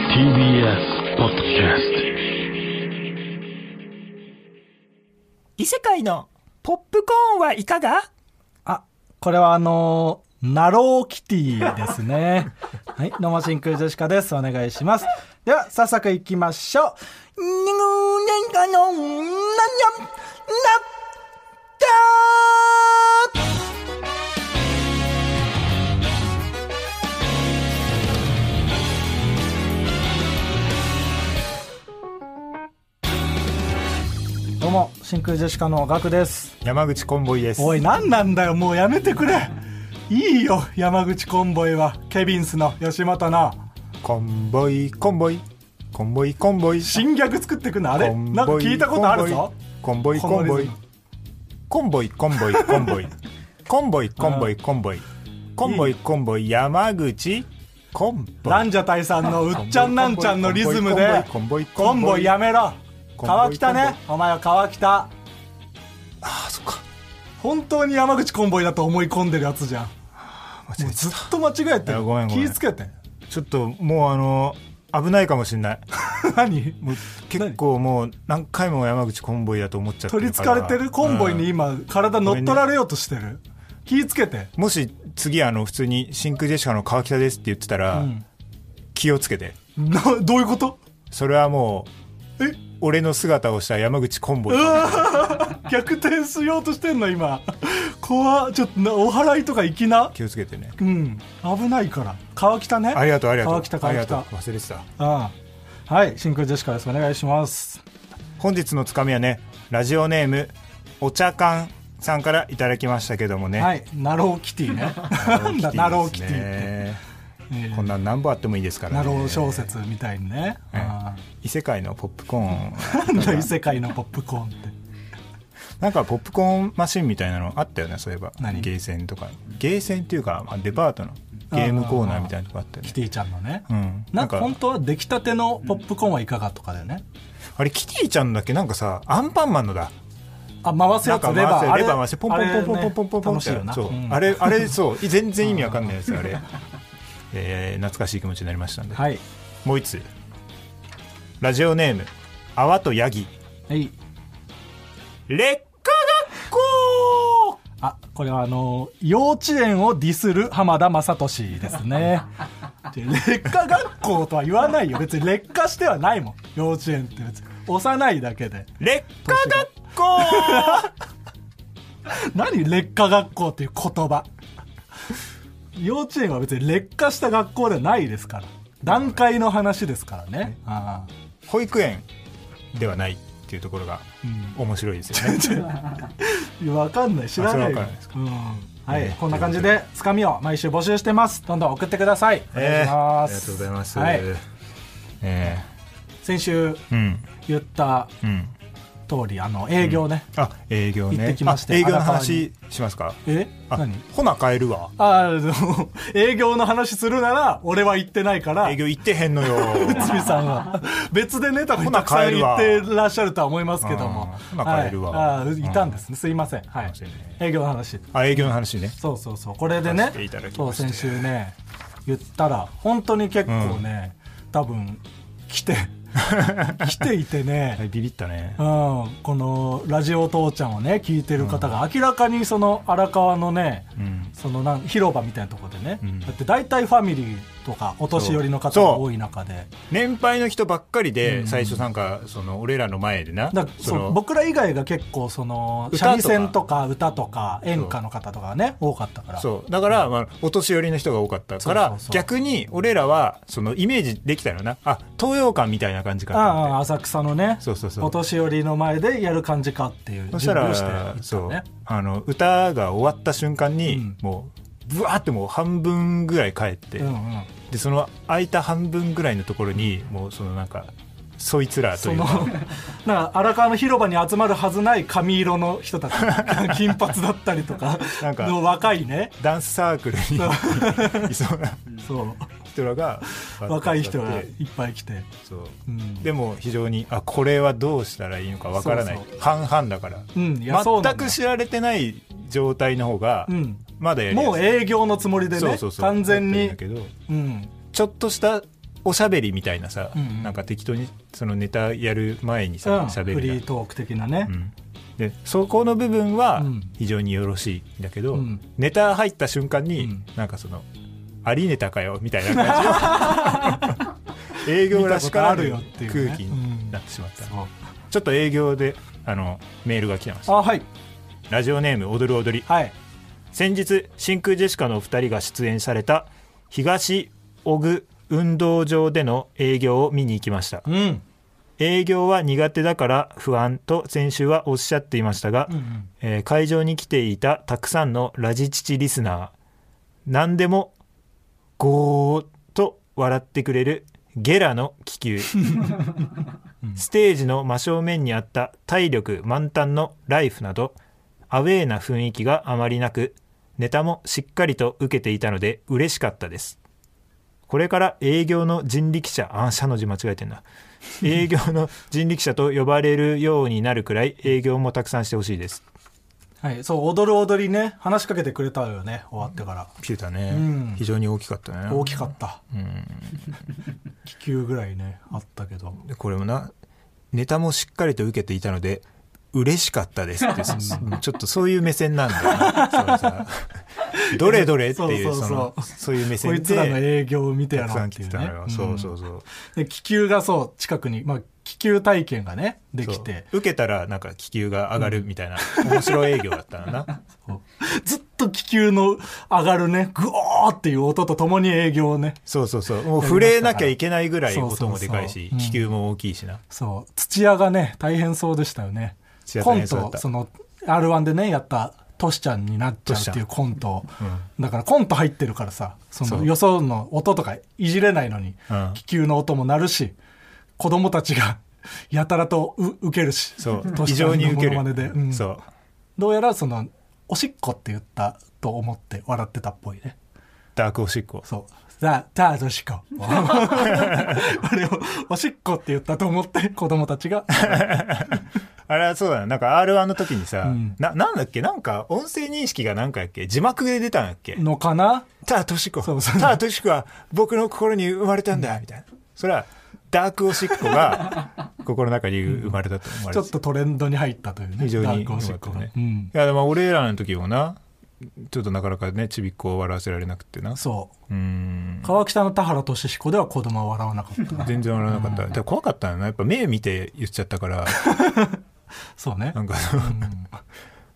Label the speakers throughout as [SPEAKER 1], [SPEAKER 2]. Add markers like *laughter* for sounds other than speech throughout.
[SPEAKER 1] TBS ポッドキャス
[SPEAKER 2] 異世界のポップコーンはいかが
[SPEAKER 3] あ、これはあのーナローキティですね。はい、どうも真空ジェシカです。お願いします。では、早速行きましょう。にぐねんかのんなんにゃんなったーどうも真空ジェシカのガクです。
[SPEAKER 4] 山口コンボイです。
[SPEAKER 3] おい何なんだよもうやめてくれいいよ山口コンボイはケビンスの吉本の
[SPEAKER 4] コンボイ、コンボイ、コンボイ、コンボイ。
[SPEAKER 3] 新ギャグ作ってくのあ
[SPEAKER 4] あ
[SPEAKER 3] れなんか聞いたことあるぞ
[SPEAKER 4] コンボイ、コンボイ。コンボイ、コンボイ、コンボイ。コンボイ、コンボ
[SPEAKER 3] *laughs*
[SPEAKER 4] イ、コンボイ。コンボイ、コンボイ、山口、コンボイ。
[SPEAKER 3] ランジャタイさんのうっちゃんなんちゃんのリズムで
[SPEAKER 4] コンボイ
[SPEAKER 3] コ
[SPEAKER 4] コンボイコンボイ
[SPEAKER 3] ンボイやめろ
[SPEAKER 4] コンボイ
[SPEAKER 3] 川北ねお前は川北
[SPEAKER 4] ああ、そっか。
[SPEAKER 3] 本当に山口コンボイだと思い込んでるやつじゃん
[SPEAKER 4] 間
[SPEAKER 3] も
[SPEAKER 4] 違
[SPEAKER 3] う
[SPEAKER 4] え
[SPEAKER 3] ず
[SPEAKER 4] て
[SPEAKER 3] ったと間違えて
[SPEAKER 4] いや
[SPEAKER 3] る
[SPEAKER 4] ごめんごめん
[SPEAKER 3] 気ぃつけて
[SPEAKER 4] ちょっと、もうあの、危ないかもしれ
[SPEAKER 3] *laughs*
[SPEAKER 4] ない。
[SPEAKER 3] 何
[SPEAKER 4] もう結構もう何回も山口コンボイだと思っちゃって
[SPEAKER 3] 取り
[SPEAKER 4] る
[SPEAKER 3] つ
[SPEAKER 4] から
[SPEAKER 3] かれてるコンボイに
[SPEAKER 4] うん
[SPEAKER 3] 今体乗っ取られようとしてる気ぃつけて
[SPEAKER 4] もし次あの普通に真空ジェシカの川北ですって言ってたら、
[SPEAKER 3] ん
[SPEAKER 4] 気をつけて
[SPEAKER 3] などういうこと
[SPEAKER 4] それはもう
[SPEAKER 3] え
[SPEAKER 4] 俺の姿をした山口コンボイ
[SPEAKER 3] 逆転しようとしてんの今怖っちょっとなお祓いとか行きな
[SPEAKER 4] 気をつけてね
[SPEAKER 3] うん危ないから川北ね
[SPEAKER 4] ありがとうありがとう
[SPEAKER 3] 川北
[SPEAKER 4] あり
[SPEAKER 3] 川
[SPEAKER 4] がとう
[SPEAKER 3] 北
[SPEAKER 4] 忘れてた
[SPEAKER 3] ああはい真空ジェシカですお願いします
[SPEAKER 4] 本日のつかみはねラジオネームお茶缶さんからいただきましたけどもね、
[SPEAKER 3] はいナローキティねなんだナローキティって
[SPEAKER 4] ィ
[SPEAKER 3] ええ
[SPEAKER 4] こんなん何本あってもいいですから
[SPEAKER 3] ナ
[SPEAKER 4] ね
[SPEAKER 3] ロー小説みたいにね、
[SPEAKER 4] ええ
[SPEAKER 3] あ
[SPEAKER 4] 異世界のポップコーン *laughs*
[SPEAKER 3] あなんだ異世界のポップコーンって
[SPEAKER 4] なんかポップコーンマシンみたいなのあったよねそういえば
[SPEAKER 3] 何
[SPEAKER 4] ゲーセンとかゲーセンっていうか、まあ、デパートのゲームコーナーみたいなとこあったよね
[SPEAKER 3] キティちゃんのね、
[SPEAKER 4] うん
[SPEAKER 3] な
[SPEAKER 4] なんん
[SPEAKER 3] か
[SPEAKER 4] か
[SPEAKER 3] 本当は出来たてのポップコーンはいかがとかだよね、
[SPEAKER 4] あれキティちゃんだっけなんかさアンパンマンのだ
[SPEAKER 3] あ回す
[SPEAKER 4] な
[SPEAKER 3] や
[SPEAKER 4] ん
[SPEAKER 3] つ
[SPEAKER 4] か
[SPEAKER 3] レバ
[SPEAKER 4] 回
[SPEAKER 3] ー
[SPEAKER 4] せレバー回してポンポンポンポンポン
[SPEAKER 3] あれ
[SPEAKER 4] ポンポン
[SPEAKER 3] ね楽
[SPEAKER 4] っ
[SPEAKER 3] しいよな
[SPEAKER 4] てそう
[SPEAKER 3] うん
[SPEAKER 4] あれあれそう全然意味わかんないですあれ *laughs* えー懐かしい気持ちになりましたんで
[SPEAKER 3] はい
[SPEAKER 4] もう一つラジオネーム泡とヤギ
[SPEAKER 3] はい
[SPEAKER 4] 劣化学校
[SPEAKER 3] あ、これはあの、幼稚園をディスる浜田雅俊です
[SPEAKER 4] *laughs*
[SPEAKER 3] ね。で劣化学校とは言わないよ。別に劣化してはないもん。幼稚園って別に。幼いだけで。
[SPEAKER 4] 劣化学校 *laughs*
[SPEAKER 3] 何劣化学校っていう言葉。幼稚園は別に劣化した学校ではないですから。段階の話ですからね。ああ
[SPEAKER 4] 保育園ではないっていうところが面白いで
[SPEAKER 3] *laughs*
[SPEAKER 4] すよね、
[SPEAKER 3] いやわかんない。知らないよ。
[SPEAKER 4] あそれわかんないです
[SPEAKER 3] うんはい、
[SPEAKER 4] ね
[SPEAKER 3] こんな感じで、つかみを毎週募集してます。どんどん送ってください。お願い
[SPEAKER 4] え
[SPEAKER 3] し
[SPEAKER 4] ー
[SPEAKER 3] ま
[SPEAKER 4] あ
[SPEAKER 3] す。
[SPEAKER 4] りがとうございます、
[SPEAKER 3] はい。
[SPEAKER 4] え
[SPEAKER 3] 先週、
[SPEAKER 4] ーうん
[SPEAKER 3] 言った
[SPEAKER 4] うん
[SPEAKER 3] 通りあの営業ね、
[SPEAKER 4] あ営業ね
[SPEAKER 3] 行ってきまして
[SPEAKER 4] あ営業の
[SPEAKER 3] 荒川に
[SPEAKER 4] 話しますか
[SPEAKER 3] え
[SPEAKER 4] あ
[SPEAKER 3] 何 *laughs*
[SPEAKER 4] ほな帰るわ
[SPEAKER 3] ああの営業の話するなら俺は行ってないから
[SPEAKER 4] *laughs* 営業行ってへんのよ
[SPEAKER 3] *laughs* 堤さん
[SPEAKER 4] *laughs*
[SPEAKER 3] は別でね多分
[SPEAKER 4] ほ
[SPEAKER 3] た
[SPEAKER 4] な
[SPEAKER 3] くさん
[SPEAKER 4] 帰る
[SPEAKER 3] 行っ
[SPEAKER 4] わ
[SPEAKER 3] てらっしゃるとは思いますけども
[SPEAKER 4] うんほな帰るわ
[SPEAKER 3] はい、ああいたんですねすいません、はい
[SPEAKER 4] すいませ
[SPEAKER 3] 営業の話
[SPEAKER 4] あ営業の話ね
[SPEAKER 3] そうそうそうこれで
[SPEAKER 4] さ
[SPEAKER 3] ね
[SPEAKER 4] せていただき
[SPEAKER 3] そ
[SPEAKER 4] ま
[SPEAKER 3] う
[SPEAKER 4] して
[SPEAKER 3] 先週ね言ったら本当に結構ね、多分来て来ていて
[SPEAKER 4] *laughs*
[SPEAKER 3] ね、
[SPEAKER 4] はいビビったね
[SPEAKER 3] うん、このラジオ父ちゃんをね聞いてる方が明らかにその荒川のね、
[SPEAKER 4] うん
[SPEAKER 3] そのなん広場みたいなところでね、
[SPEAKER 4] ん
[SPEAKER 3] だって大体ファミリーとかお年寄りの方
[SPEAKER 4] そう
[SPEAKER 3] が
[SPEAKER 4] そう
[SPEAKER 3] 多い中で
[SPEAKER 4] 年配の人ばっかりで最初なんかその俺らの前でな
[SPEAKER 3] だから
[SPEAKER 4] そ
[SPEAKER 3] そ
[SPEAKER 4] の
[SPEAKER 3] う僕ら以外が結構その
[SPEAKER 4] 歌
[SPEAKER 3] 三
[SPEAKER 4] と
[SPEAKER 3] 味
[SPEAKER 4] か
[SPEAKER 3] 線とか歌とか演歌の方とかがね多かったから
[SPEAKER 4] そうだから、まあ、お年寄りの人が多かったか
[SPEAKER 3] そ
[SPEAKER 4] ら
[SPEAKER 3] うそうそう
[SPEAKER 4] 逆に俺らはそのイメージできたよなあ東洋館みたいな感じか
[SPEAKER 3] あああ
[SPEAKER 4] な
[SPEAKER 3] あ
[SPEAKER 4] って
[SPEAKER 3] 浅草のね
[SPEAKER 4] そうそうそう
[SPEAKER 3] お年寄りの前でやる感じかっていう
[SPEAKER 4] そしたら
[SPEAKER 3] 準備をしてい
[SPEAKER 4] そ
[SPEAKER 3] った
[SPEAKER 4] う
[SPEAKER 3] ね
[SPEAKER 4] あの歌が終わった瞬間に、
[SPEAKER 3] うん
[SPEAKER 4] もうブワーってもう半分ぐらい帰って、
[SPEAKER 3] うんうん
[SPEAKER 4] でその空いた半分ぐらいのところにもうそのなんかそいつらと
[SPEAKER 3] そ
[SPEAKER 4] いう
[SPEAKER 3] の
[SPEAKER 4] か
[SPEAKER 3] なんか荒川の広場に集まるはずない髪色の人た
[SPEAKER 4] *laughs*
[SPEAKER 3] ち金髪だったりとか
[SPEAKER 4] なんか
[SPEAKER 3] の若いね
[SPEAKER 4] ダンスサークル
[SPEAKER 3] *laughs*
[SPEAKER 4] にいそうな
[SPEAKER 3] そ
[SPEAKER 4] 人らが
[SPEAKER 3] う若い人が
[SPEAKER 4] が
[SPEAKER 3] いっぱい来て、
[SPEAKER 4] そう
[SPEAKER 3] うん、
[SPEAKER 4] でも非常にあこれはどうしたらいいのかわからない
[SPEAKER 3] そう
[SPEAKER 4] 半々だから、
[SPEAKER 3] うんいやそうな
[SPEAKER 4] 全
[SPEAKER 3] んだ
[SPEAKER 4] く知られてない状態の方が、
[SPEAKER 3] うん
[SPEAKER 4] まだやりやすい
[SPEAKER 3] もう営業のつもりでね
[SPEAKER 4] そうそうそう
[SPEAKER 3] 完全に
[SPEAKER 4] やってるんだけど
[SPEAKER 3] うん
[SPEAKER 4] ちょっとしたおしゃべりみたいなさ、
[SPEAKER 3] うんうん
[SPEAKER 4] なんか適当にそのネタやる前に
[SPEAKER 3] うん
[SPEAKER 4] さしゃべ
[SPEAKER 3] フリ
[SPEAKER 4] る
[SPEAKER 3] ートーク的なね
[SPEAKER 4] う、んでそこの部分は
[SPEAKER 3] うん
[SPEAKER 4] 非常によろしいんだけ
[SPEAKER 3] う
[SPEAKER 4] ど、
[SPEAKER 3] ん
[SPEAKER 4] ネタ入った瞬間に、
[SPEAKER 3] うん
[SPEAKER 4] なんかその「ありネタかよ」みたいな感
[SPEAKER 3] *laughs*
[SPEAKER 4] じの営業らしからぬ
[SPEAKER 3] 見たことあるよっていうね
[SPEAKER 4] 空気になってしまった、
[SPEAKER 3] そう
[SPEAKER 4] ちょっと営業であのメールが来てました
[SPEAKER 3] あはい
[SPEAKER 4] ラジオネーム踊る踊り
[SPEAKER 3] はい
[SPEAKER 4] 先日真空ジェシカのお二人が出演された東小具運動場での営業を見に行きました
[SPEAKER 3] うんうん
[SPEAKER 4] 営業は苦手だから不安と先週はおっしゃっていましたが、
[SPEAKER 3] うん
[SPEAKER 4] えー会場に来ていたたくさんのラジチチリスナー何でもゴーと笑ってくれるゲラの気球ステージの真正面にあった体力満タンのライフなどアウェーな雰囲気があまりなくネタもしっかりと受けていたので嬉しかったですこれから営業の人力車あ社の字間違えてんな営業の人力車と呼ばれるようになるくらい営業もたくさんしてほしいです
[SPEAKER 3] はい、そう踊る踊りね話しかけてくれたよね終わってから、
[SPEAKER 4] ピュータね、
[SPEAKER 3] うん
[SPEAKER 4] 非常に大きかったね
[SPEAKER 3] 大きかった、気球ぐらいねあったけど
[SPEAKER 4] でこれもなネタもしっかりと受けていたので嬉しかったですってそちょっとそういう目線なんだよ
[SPEAKER 3] *laughs*
[SPEAKER 4] なそうさどれどれってい
[SPEAKER 3] そ
[SPEAKER 4] う
[SPEAKER 3] うそう
[SPEAKER 4] そ
[SPEAKER 3] そう
[SPEAKER 4] のそういう目
[SPEAKER 3] こ
[SPEAKER 4] 線
[SPEAKER 3] いつらの
[SPEAKER 4] で
[SPEAKER 3] 営業を見てや
[SPEAKER 4] た
[SPEAKER 3] ろ
[SPEAKER 4] く
[SPEAKER 3] う
[SPEAKER 4] さ
[SPEAKER 3] っ
[SPEAKER 4] ん
[SPEAKER 3] て
[SPEAKER 4] 来
[SPEAKER 3] い
[SPEAKER 4] て
[SPEAKER 3] う、
[SPEAKER 4] た
[SPEAKER 3] ね
[SPEAKER 4] のよ、そうそうそう
[SPEAKER 3] で気球がそう近くに、まあ、気球体験がねできて
[SPEAKER 4] そう受けたらなんか気球が上がるみたいな、面白い営業だったな
[SPEAKER 3] *laughs* ずっと気球の上がるねグオーっていう音とともに営業をね
[SPEAKER 4] そうそうそうもう触れなきゃいけないぐらい音もでかいし
[SPEAKER 3] そうそうそううん
[SPEAKER 4] 気球も大きいしな
[SPEAKER 3] そう土屋がね大変そうでしたよね
[SPEAKER 4] 土屋
[SPEAKER 3] コ
[SPEAKER 4] 大
[SPEAKER 3] ン
[SPEAKER 4] 変そうだっ
[SPEAKER 3] ト
[SPEAKER 4] た
[SPEAKER 3] その r 1でねやったトシちゃんになっちゃうっていうコント、だからコント入ってるからさそ
[SPEAKER 4] そ
[SPEAKER 3] の
[SPEAKER 4] う
[SPEAKER 3] よその音とかいじれないのに、
[SPEAKER 4] うん
[SPEAKER 3] 気球の音も鳴るし子供たちが *laughs* やたらとう受けるし
[SPEAKER 4] そう
[SPEAKER 3] ト
[SPEAKER 4] 非
[SPEAKER 3] シちゃん
[SPEAKER 4] 常に
[SPEAKER 3] の
[SPEAKER 4] 受
[SPEAKER 3] モ
[SPEAKER 4] け
[SPEAKER 3] ノ
[SPEAKER 4] る
[SPEAKER 3] マネで、うん
[SPEAKER 4] そう
[SPEAKER 3] どうやらそのおしっこって言ったと思って笑ってたっぽいね
[SPEAKER 4] ダークおしっこ
[SPEAKER 3] そう。ザ・ターゾ
[SPEAKER 4] *laughs*
[SPEAKER 3] シコ。 *laughs* あれを、おしっこって言ったと思って、子供たちが。
[SPEAKER 4] あれはそうだな。なんか R1 の時にさ、
[SPEAKER 3] うん
[SPEAKER 4] な、なんだっけなんか音声認識がなんかやっけ字幕で出たんだっけ
[SPEAKER 3] のかな
[SPEAKER 4] ただとしこ。た
[SPEAKER 3] そうそう
[SPEAKER 4] だとしこは僕の心に生まれたんだ、みたいな。それは、ダークおしっこ
[SPEAKER 3] *laughs*
[SPEAKER 4] が心の中に生まれたと思われ
[SPEAKER 3] ちょ
[SPEAKER 4] て
[SPEAKER 3] っとトレンドに入ったというね。
[SPEAKER 4] 非常
[SPEAKER 3] ダ
[SPEAKER 4] に
[SPEAKER 3] ークおしっこが
[SPEAKER 4] 良かったね
[SPEAKER 3] うん
[SPEAKER 4] いや、でも俺らの時もな、ちょっとなかなかね、ちびっこを笑わせられなくてな。
[SPEAKER 3] そう
[SPEAKER 4] ーん
[SPEAKER 3] う。。川北の田原俊彦では子供は笑わなかったな。
[SPEAKER 4] 全然笑わなかった。だから怖かったんだな。やっぱ目見て言っちゃった
[SPEAKER 3] *laughs*
[SPEAKER 4] から、
[SPEAKER 3] そうね
[SPEAKER 4] な。んか、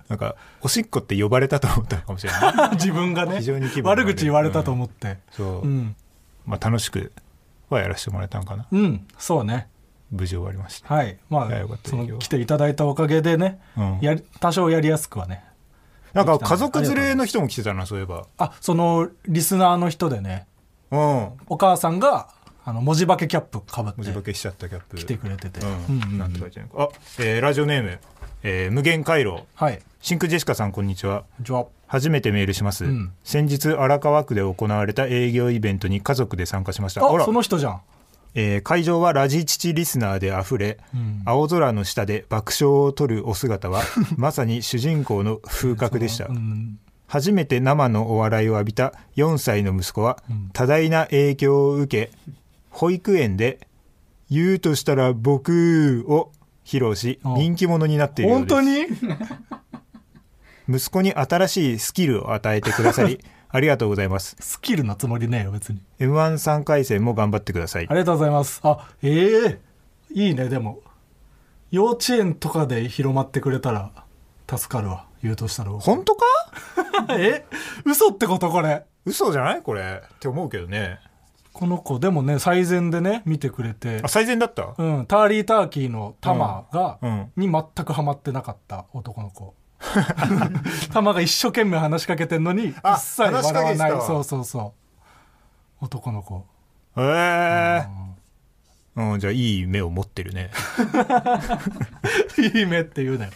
[SPEAKER 4] なんか、おしっこって呼ばれたと思ったのかもしれない。
[SPEAKER 3] *laughs* 自分がね
[SPEAKER 4] 非常に気、分が悪
[SPEAKER 3] 悪
[SPEAKER 4] い
[SPEAKER 3] 口言われたと思って。
[SPEAKER 4] そう。
[SPEAKER 3] うん。
[SPEAKER 4] まあ、楽しくはやらせてもらえたのかな
[SPEAKER 3] うん、そうね。
[SPEAKER 4] 無事終わりました、
[SPEAKER 3] はい。ま
[SPEAKER 4] いやよかっ
[SPEAKER 3] あ、
[SPEAKER 4] た
[SPEAKER 3] そ
[SPEAKER 4] いい
[SPEAKER 3] の
[SPEAKER 4] よ
[SPEAKER 3] 来ていただいたおかげでね、
[SPEAKER 4] うん
[SPEAKER 3] やり多少やりやすくはね。
[SPEAKER 4] なんか家族連れの人も来てたなそういえば
[SPEAKER 3] あ、その、リスナーの人でね、
[SPEAKER 4] うん
[SPEAKER 3] お母さんが、あの、文字化けキャップかぶって。
[SPEAKER 4] 文字化けしちゃったキャップ
[SPEAKER 3] 来てくれてて、
[SPEAKER 4] うん、なんて書いてあるのかあ、えーラジオネーム、えー無限回路
[SPEAKER 3] はい
[SPEAKER 4] 真空ジェシカさんこんにちは
[SPEAKER 3] じゃあ
[SPEAKER 4] 初めてメールします、
[SPEAKER 3] ん
[SPEAKER 4] 先日荒川区で行われた営業イベントに家族で参加しましたあら
[SPEAKER 3] その人じゃん
[SPEAKER 4] えー会場はラジチチリスナーであふれ、青空の下で爆笑を取るお姿 *laughs* はまさに主人公の風格でした、
[SPEAKER 3] ん
[SPEAKER 4] 初めて生のお笑いを浴びた4歳の息子は多大な影響を受け保育園で「言うとしたら僕」を披露し
[SPEAKER 3] あ
[SPEAKER 4] 人気者になっているよう
[SPEAKER 3] 本
[SPEAKER 4] です
[SPEAKER 3] 当に
[SPEAKER 4] 息子に新しいスキルを与えてく
[SPEAKER 3] *laughs*
[SPEAKER 4] ださりありがとうございます
[SPEAKER 3] スキルのつもりねえよ別に
[SPEAKER 4] m 1 3回戦も頑張ってください
[SPEAKER 3] ありがとうございますあええいいねでも幼稚園とかで広まってくれたら助かるわ言うとしたら僕
[SPEAKER 4] 本当か
[SPEAKER 3] *laughs* え嘘ってことこれ
[SPEAKER 4] 嘘じゃないこれって思うけどね
[SPEAKER 3] この子でもね最善でね見てくれて
[SPEAKER 4] あ最善だった
[SPEAKER 3] うん、ターリーターキーのタマが、
[SPEAKER 4] うんうん
[SPEAKER 3] に全くハマってなかった男の
[SPEAKER 4] *laughs*
[SPEAKER 3] 子タマが一生懸命話しかけてんのに一
[SPEAKER 4] あ
[SPEAKER 3] 切笑わ
[SPEAKER 4] 話しか
[SPEAKER 3] な
[SPEAKER 4] け
[SPEAKER 3] い
[SPEAKER 4] てた
[SPEAKER 3] そうそうそう男の子
[SPEAKER 4] へえうん、じゃあいい目を持ってるね
[SPEAKER 3] いい目って言うなよ、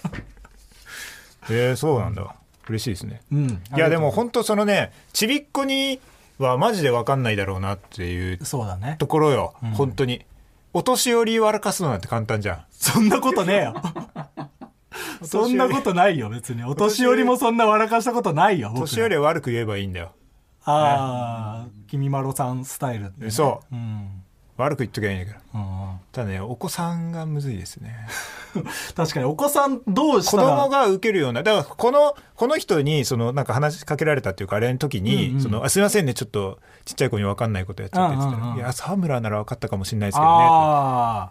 [SPEAKER 4] えー、そうなんだ嬉しいですね
[SPEAKER 3] うん、
[SPEAKER 4] いやでも本当そのねちびっこにはマジで分かんないだろうなっていう
[SPEAKER 3] そうだね
[SPEAKER 4] ところよ、本当にお年寄り笑かすのなんて簡単じゃん
[SPEAKER 3] そんなことねえよそんなことないよ別にお年寄りもそんな笑かしたことないよ僕
[SPEAKER 4] 年寄りは悪く言えばいいんだよ、
[SPEAKER 3] ああ君まろさんスタイルでね、
[SPEAKER 4] そう
[SPEAKER 3] うん
[SPEAKER 4] 悪く言っときゃいいんだけ
[SPEAKER 3] う
[SPEAKER 4] ど
[SPEAKER 3] ん
[SPEAKER 4] ただねお子さんがむずいです
[SPEAKER 3] *laughs*
[SPEAKER 4] ね
[SPEAKER 3] 確かにお子さん同士
[SPEAKER 4] 子供が受けるようなだからこのこの人にそのなんか話しかけられたっていうかあれの時に、
[SPEAKER 3] うんうん
[SPEAKER 4] そのあ「すいませんねちょっとちっちゃい子に分かんないことやっちゃって」って言ったら
[SPEAKER 3] うんうんうん
[SPEAKER 4] いや沢村なら分かったかもしれないですけどね」
[SPEAKER 3] ああ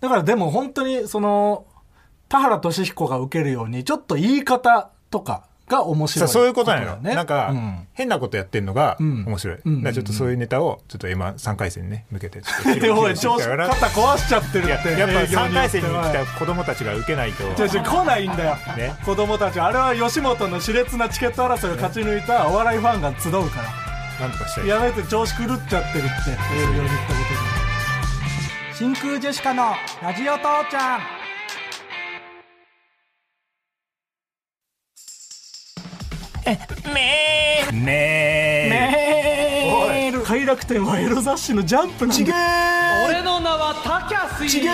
[SPEAKER 3] だからでも本当にその田原俊彦が受けるようにちょっと言い方とかが面白
[SPEAKER 4] さ
[SPEAKER 3] い
[SPEAKER 4] そういうことなのよ、
[SPEAKER 3] だね
[SPEAKER 4] なんか、
[SPEAKER 3] うん
[SPEAKER 4] 変なことやってるのが
[SPEAKER 3] うん
[SPEAKER 4] 面白い、
[SPEAKER 3] うん
[SPEAKER 4] だからちょっとそういうネタをちょっと今3回戦ね向けてちょ *laughs* っと披露
[SPEAKER 3] でおい
[SPEAKER 4] してい
[SPEAKER 3] 調
[SPEAKER 4] き
[SPEAKER 3] 子
[SPEAKER 4] たい
[SPEAKER 3] 肩
[SPEAKER 4] な
[SPEAKER 3] 壊しちゃってる
[SPEAKER 4] い
[SPEAKER 3] って
[SPEAKER 4] ややっぱ
[SPEAKER 3] 営業
[SPEAKER 4] 3回戦に
[SPEAKER 3] 行っ
[SPEAKER 4] 来
[SPEAKER 3] て
[SPEAKER 4] た子供たちが受けないと
[SPEAKER 3] ちょちょ来ないんだよ、
[SPEAKER 4] ね
[SPEAKER 3] 子供たちあれは吉本の熾烈なチケット争いを勝ち抜いたお笑いファンが集うか
[SPEAKER 4] なんとかした
[SPEAKER 3] ら
[SPEAKER 4] い
[SPEAKER 3] やめて調子狂っちゃってるって営業に行ったことで真空ジェシカのラジオ父ちゃん
[SPEAKER 2] メール
[SPEAKER 4] ね
[SPEAKER 2] メール
[SPEAKER 3] 快楽天はエロ雑誌のジャンプなんだ
[SPEAKER 5] 俺の名はタキャスイちげー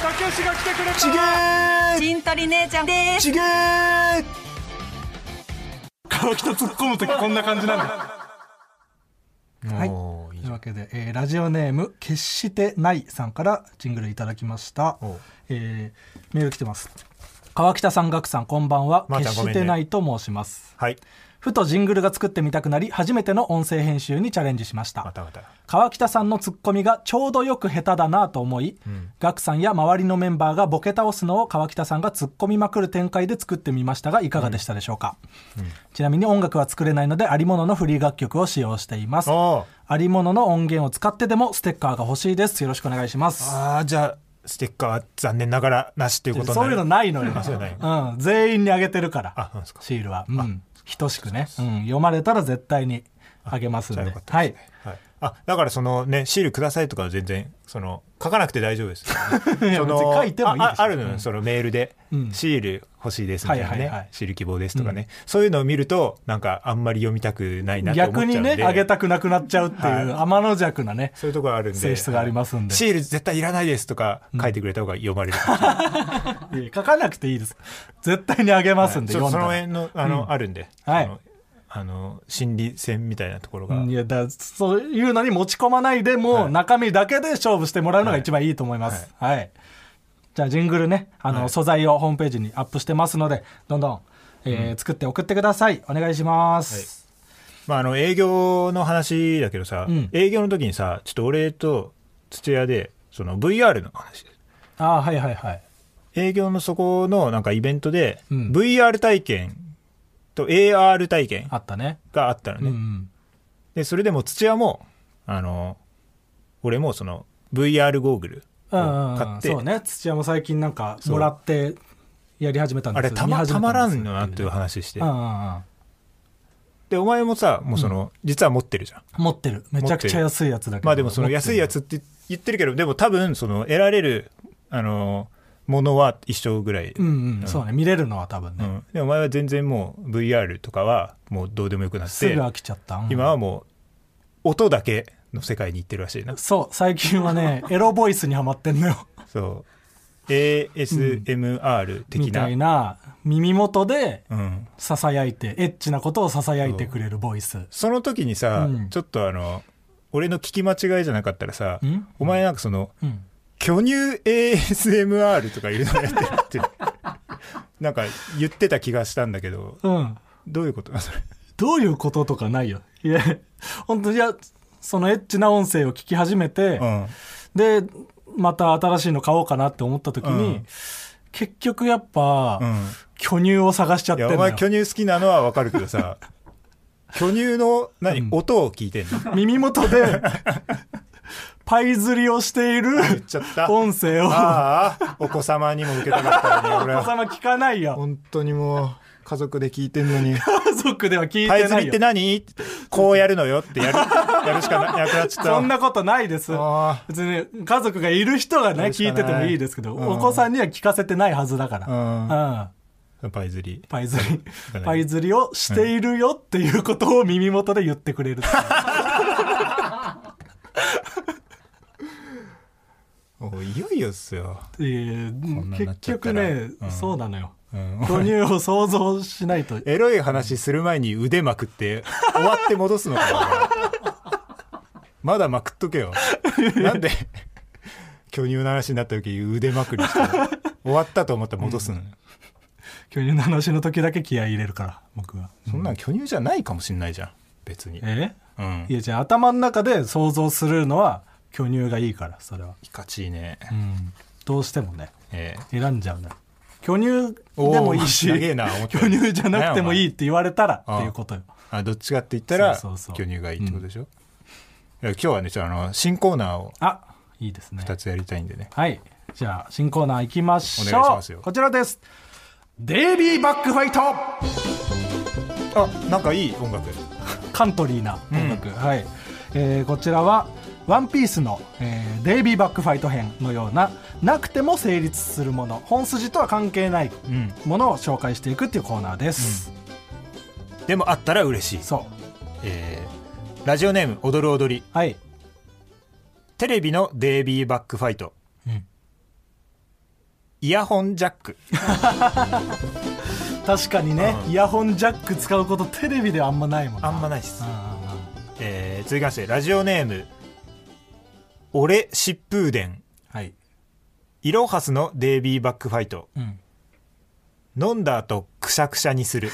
[SPEAKER 3] たけしが来てくれた
[SPEAKER 6] ジントリ姉ちゃんです。
[SPEAKER 3] 川北突っ込む時こんな感じなんだ
[SPEAKER 4] え
[SPEAKER 3] はい
[SPEAKER 4] もういい
[SPEAKER 3] というわけで、えーラジオネーム決してないさんからジングルいただきました
[SPEAKER 4] おう、
[SPEAKER 3] えーメール来てます川北さん岳さんこんばんは、
[SPEAKER 4] まーちゃ
[SPEAKER 3] 決
[SPEAKER 4] んごめ
[SPEAKER 3] し
[SPEAKER 4] んね
[SPEAKER 3] てないと申します
[SPEAKER 4] はい
[SPEAKER 3] ふとジングルが作ってみたくなり初めての音声編集にチャレンジしました
[SPEAKER 4] またまた
[SPEAKER 3] 川北さんのツッコミがちょうどよく下手だなと思い、ガクさんや周りのメンバーがボケ倒すのを川北さんがツッコみまくる展開で作ってみましたがいかがでしたでしょうか、ちなみに音楽は作れないのでありもののフリー楽曲を使用しています
[SPEAKER 4] おう
[SPEAKER 3] ありものの音源を使ってでもステッカーが欲しいですよろしくお願いします
[SPEAKER 4] ああじゃあステッカーは残念ながらなしということに
[SPEAKER 3] そういうの
[SPEAKER 4] なる
[SPEAKER 3] ないのよ、
[SPEAKER 4] あそういうのない
[SPEAKER 3] うん、全員にあげてるから
[SPEAKER 4] あそうですか
[SPEAKER 3] シールは、うん、等しくね、うん、読まれたら絶対にあげますん
[SPEAKER 4] じ
[SPEAKER 3] で
[SPEAKER 4] ゃあよかった
[SPEAKER 3] は
[SPEAKER 4] で
[SPEAKER 3] い
[SPEAKER 4] すねはいあだからそのねシールくださいとかは全然その書かなくて大丈夫です、
[SPEAKER 3] *laughs* いや
[SPEAKER 4] そ
[SPEAKER 3] 別に
[SPEAKER 4] の
[SPEAKER 3] 書いてもいいでしょ
[SPEAKER 4] あああるのよ、そのメールで、
[SPEAKER 3] ん
[SPEAKER 4] シール欲しいですみたいなね、
[SPEAKER 3] はいはいはい
[SPEAKER 4] シール希望ですとかね、そういうのを見るとなんかあんまり読みたくないなって思っち
[SPEAKER 3] 逆
[SPEAKER 4] ゃうんで
[SPEAKER 3] にねあげたくなくなっちゃうっていう天の弱なね
[SPEAKER 4] そういうところあるんで
[SPEAKER 3] 性質がありますんで
[SPEAKER 4] シール絶対いらないですとか書いてくれた方が読ま
[SPEAKER 3] *laughs*
[SPEAKER 4] れる、
[SPEAKER 3] いや書かなくていいです絶対にあげますんで、
[SPEAKER 4] ちょっとそ
[SPEAKER 3] 読
[SPEAKER 4] の
[SPEAKER 3] んだら
[SPEAKER 4] 辺のあの、あるんで、
[SPEAKER 3] はい
[SPEAKER 4] あのあの心理戦みたいなところが、
[SPEAKER 3] うんいやだそういうのに持ち込まないでもう中身だけで勝負してもらうのが一番いいと思いますはい、じゃあジングルねあの、
[SPEAKER 4] はい
[SPEAKER 3] 素材をホームページにアップしてますのでどんどん、えー作って送ってくださいお願いします、
[SPEAKER 4] まあ、あの営業の話だけどさ、
[SPEAKER 3] うん
[SPEAKER 4] 営業の時にさちょっと俺と土屋でその VR の話
[SPEAKER 3] ああはいはいはい
[SPEAKER 4] 営業のそこのなんかイベントで、
[SPEAKER 3] うん
[SPEAKER 4] VR 体験と AR 体験
[SPEAKER 3] あったね
[SPEAKER 4] があったの
[SPEAKER 3] う
[SPEAKER 4] ね、
[SPEAKER 3] ん
[SPEAKER 4] でそれでも土屋もあの俺もその VR ゴーグル
[SPEAKER 3] うんうんうん
[SPEAKER 4] 買って
[SPEAKER 3] そうね土屋も最近なんか
[SPEAKER 4] そう
[SPEAKER 3] もらってやり始めたん
[SPEAKER 4] あ
[SPEAKER 3] ですよ
[SPEAKER 4] れた
[SPEAKER 3] 見
[SPEAKER 4] ま
[SPEAKER 3] 始
[SPEAKER 4] た
[SPEAKER 3] め
[SPEAKER 4] まら
[SPEAKER 3] ですよ
[SPEAKER 4] んのなっていう話して、
[SPEAKER 3] うんうんうん
[SPEAKER 4] でお前もさもうその、実は持ってるじゃん
[SPEAKER 3] 持ってるめちゃくちゃ安いやつだけど
[SPEAKER 4] まあでもそ
[SPEAKER 3] 持
[SPEAKER 4] の
[SPEAKER 3] って
[SPEAKER 4] 安
[SPEAKER 3] る
[SPEAKER 4] いやつって言ってるけどでも多分その得られるあのものは一緒ぐらい、
[SPEAKER 3] うんうん、そうね見れるのは多分
[SPEAKER 4] う
[SPEAKER 3] ね、
[SPEAKER 4] んでお前は全然もう VR とかはもうどうでもよくなっ
[SPEAKER 3] す
[SPEAKER 4] て
[SPEAKER 3] ぐ飽きちゃった、うん
[SPEAKER 4] 今はもう音だけの世界に行ってるらしいな
[SPEAKER 3] そう最近は
[SPEAKER 4] *laughs*
[SPEAKER 3] ねエロボイスにはまってんのよ
[SPEAKER 4] そう ASMR 的
[SPEAKER 3] み
[SPEAKER 4] な,、
[SPEAKER 3] たいな耳元で
[SPEAKER 4] うん、
[SPEAKER 3] ささやいてエッチなことをささやいてくれるボイス
[SPEAKER 4] その時にさ、
[SPEAKER 3] うん
[SPEAKER 4] ちょっとあの俺の聞き間違いじゃなかったらさ
[SPEAKER 3] ん
[SPEAKER 4] お前なんかその
[SPEAKER 3] うん
[SPEAKER 4] 巨乳 ASMR とかいうのやって
[SPEAKER 3] *laughs*
[SPEAKER 4] るってなんか言ってた気がしたんだけど
[SPEAKER 3] うん
[SPEAKER 4] どういうことなの *laughs* それ
[SPEAKER 3] どういうこととかないよいや本当いやそのエッチな音声を聞き始めて、
[SPEAKER 4] うん
[SPEAKER 3] でまた新しいの買おうかなって思った時に、
[SPEAKER 4] うん
[SPEAKER 3] 結局やっぱ、
[SPEAKER 4] うん
[SPEAKER 3] 巨乳を探しちゃっ
[SPEAKER 4] い
[SPEAKER 3] てん
[SPEAKER 4] やお
[SPEAKER 3] の
[SPEAKER 4] 前
[SPEAKER 3] よ
[SPEAKER 4] 巨乳好きなのはわかるけ
[SPEAKER 3] *laughs*
[SPEAKER 4] どさ巨乳の何、音を聞いてんの
[SPEAKER 3] 耳元
[SPEAKER 4] *laughs*
[SPEAKER 3] でパイ釣りをしている
[SPEAKER 4] 言っちゃ
[SPEAKER 3] *laughs*
[SPEAKER 4] った
[SPEAKER 3] 音声を
[SPEAKER 4] ああお子様にも受けたかったの
[SPEAKER 3] *laughs*
[SPEAKER 4] に俺
[SPEAKER 3] お子
[SPEAKER 4] は
[SPEAKER 3] 様聞かないよ。
[SPEAKER 4] 本当にもう家族で聞いてんの
[SPEAKER 3] *laughs*
[SPEAKER 4] に
[SPEAKER 3] 家族では聞いて
[SPEAKER 4] パイ釣
[SPEAKER 3] ない
[SPEAKER 4] りって
[SPEAKER 3] よ。
[SPEAKER 4] 何ってこうやるのよってやるやるしかななくなっちゃった
[SPEAKER 3] そんなことないです。
[SPEAKER 4] あ
[SPEAKER 3] 別に家族がいる人がね、
[SPEAKER 4] そうし
[SPEAKER 3] 聞
[SPEAKER 4] かない
[SPEAKER 3] いててもいいですけど、
[SPEAKER 4] うん
[SPEAKER 3] お子さんには聞かせてないはずだから。
[SPEAKER 4] う
[SPEAKER 3] うん
[SPEAKER 4] パイ釣り
[SPEAKER 3] パイ釣り
[SPEAKER 4] かな、い
[SPEAKER 3] パイ釣りをしているよっていうことを耳元で言ってくれる。
[SPEAKER 4] おいいよいよっすよ、
[SPEAKER 3] えー
[SPEAKER 4] んなんなっ
[SPEAKER 3] 結
[SPEAKER 4] ちゃっ
[SPEAKER 3] 局
[SPEAKER 4] たら
[SPEAKER 3] ね、
[SPEAKER 4] うん
[SPEAKER 3] そうなのよ。
[SPEAKER 4] うん
[SPEAKER 3] 巨乳を想像しない
[SPEAKER 4] *laughs*
[SPEAKER 3] と。
[SPEAKER 4] エロい話する前に腕まくって終わって戻すのかまだまくっとけよなんで巨乳の話になった時腕まくりして終わったと思ったら戻すのよ、
[SPEAKER 3] 巨乳の話の時だけ気合い入れるから僕は
[SPEAKER 4] そんなん巨乳じゃないかもしんないじゃん別に、
[SPEAKER 3] え
[SPEAKER 4] うん
[SPEAKER 3] いやじゃあ頭の中で想像するのは巨乳がいいからそれは、
[SPEAKER 4] いかちいね、
[SPEAKER 3] うん、どうしてもね
[SPEAKER 4] ええ
[SPEAKER 3] 選んじゃうね巨乳でもいいし
[SPEAKER 4] おー長えな思った
[SPEAKER 3] 巨乳じゃなくてもいいって言われたら
[SPEAKER 4] うん
[SPEAKER 3] っていうことよ
[SPEAKER 4] あどっちかって言ったら
[SPEAKER 3] そうそうそう
[SPEAKER 4] 巨乳がいいってことでしょ、いや今日はねちょっとあの新コーナーを
[SPEAKER 3] あいいですね
[SPEAKER 4] 2つやりたいんでね
[SPEAKER 3] はいじゃあ新コーナー行きましょう
[SPEAKER 4] お願いしますよ
[SPEAKER 3] こちらですデイビーバックファイト
[SPEAKER 4] あなんかいい音楽
[SPEAKER 3] カントリーな音楽、はい、えーこちらは「ワンピースの、えーデイビーバックファイト編のようななくても成立するもの本筋とは関係ない
[SPEAKER 4] うん
[SPEAKER 3] ものを紹介していくっていうコーナーです、
[SPEAKER 4] でもあったら嬉しい、
[SPEAKER 3] そう
[SPEAKER 4] えーラジオネーム「踊る踊り
[SPEAKER 3] はい」
[SPEAKER 4] テレビのデイビーバックファイト、
[SPEAKER 3] うん
[SPEAKER 4] イヤホンジャック
[SPEAKER 3] 確かにね、
[SPEAKER 4] うん
[SPEAKER 3] イヤホンジャック使うことテレビではあんまないもん
[SPEAKER 4] あん
[SPEAKER 3] な
[SPEAKER 4] ま
[SPEAKER 3] い
[SPEAKER 4] ないっす、えー続きましてラジオネーム「俺疾風伝
[SPEAKER 3] はい、
[SPEAKER 4] イロハスのデイビーバックファイト
[SPEAKER 3] うん、
[SPEAKER 4] 飲んだ後くしゃくしゃにする」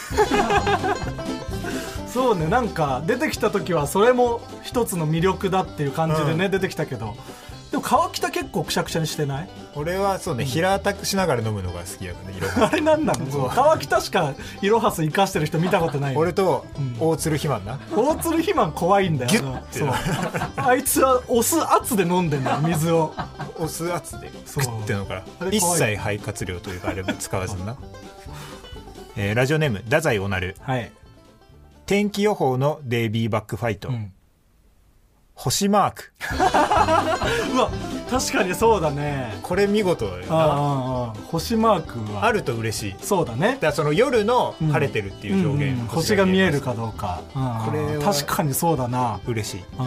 [SPEAKER 3] そうねなんか出てきた時はそれも一つの魅力だっていう感じでね、出てきたけどでも川北結構くしゃくしゃにしてない
[SPEAKER 4] *laughs* 俺はそうね、平アタックしながら飲むのが好きやから *laughs* ねいろは
[SPEAKER 3] あれなんなのその川北しかイロハス生かしてる人見たことない
[SPEAKER 4] 俺と
[SPEAKER 3] ん
[SPEAKER 4] 大鶴ひま *laughs* んな、
[SPEAKER 3] 大鶴肥満怖いんだよ
[SPEAKER 4] ギュッて
[SPEAKER 3] そうあいつはお酢圧で飲んでんだよ水を
[SPEAKER 4] お酢圧で
[SPEAKER 3] そう
[SPEAKER 4] 食ってのか
[SPEAKER 3] あ
[SPEAKER 4] ら
[SPEAKER 3] れ
[SPEAKER 4] 一
[SPEAKER 3] 可愛い
[SPEAKER 4] 切肺活量というかあれも使わずにな、 *laughs* えーラジオネーム太宰おなる
[SPEAKER 3] はい、
[SPEAKER 4] 天気予報のデイビーバックファイト、
[SPEAKER 3] うん、
[SPEAKER 4] 星マーク
[SPEAKER 3] うわ確かにそうだね
[SPEAKER 4] これ見事だよ
[SPEAKER 3] あ
[SPEAKER 4] な
[SPEAKER 3] あ
[SPEAKER 4] あ
[SPEAKER 3] ああああ星マークは
[SPEAKER 4] ると嬉しいだか
[SPEAKER 3] そうだね
[SPEAKER 4] らその夜の晴れてるっていう表現、
[SPEAKER 3] うんうん星が見えるかどうか、うん
[SPEAKER 4] これは
[SPEAKER 3] 確かにそうだな、
[SPEAKER 4] 嬉しい、
[SPEAKER 3] うん、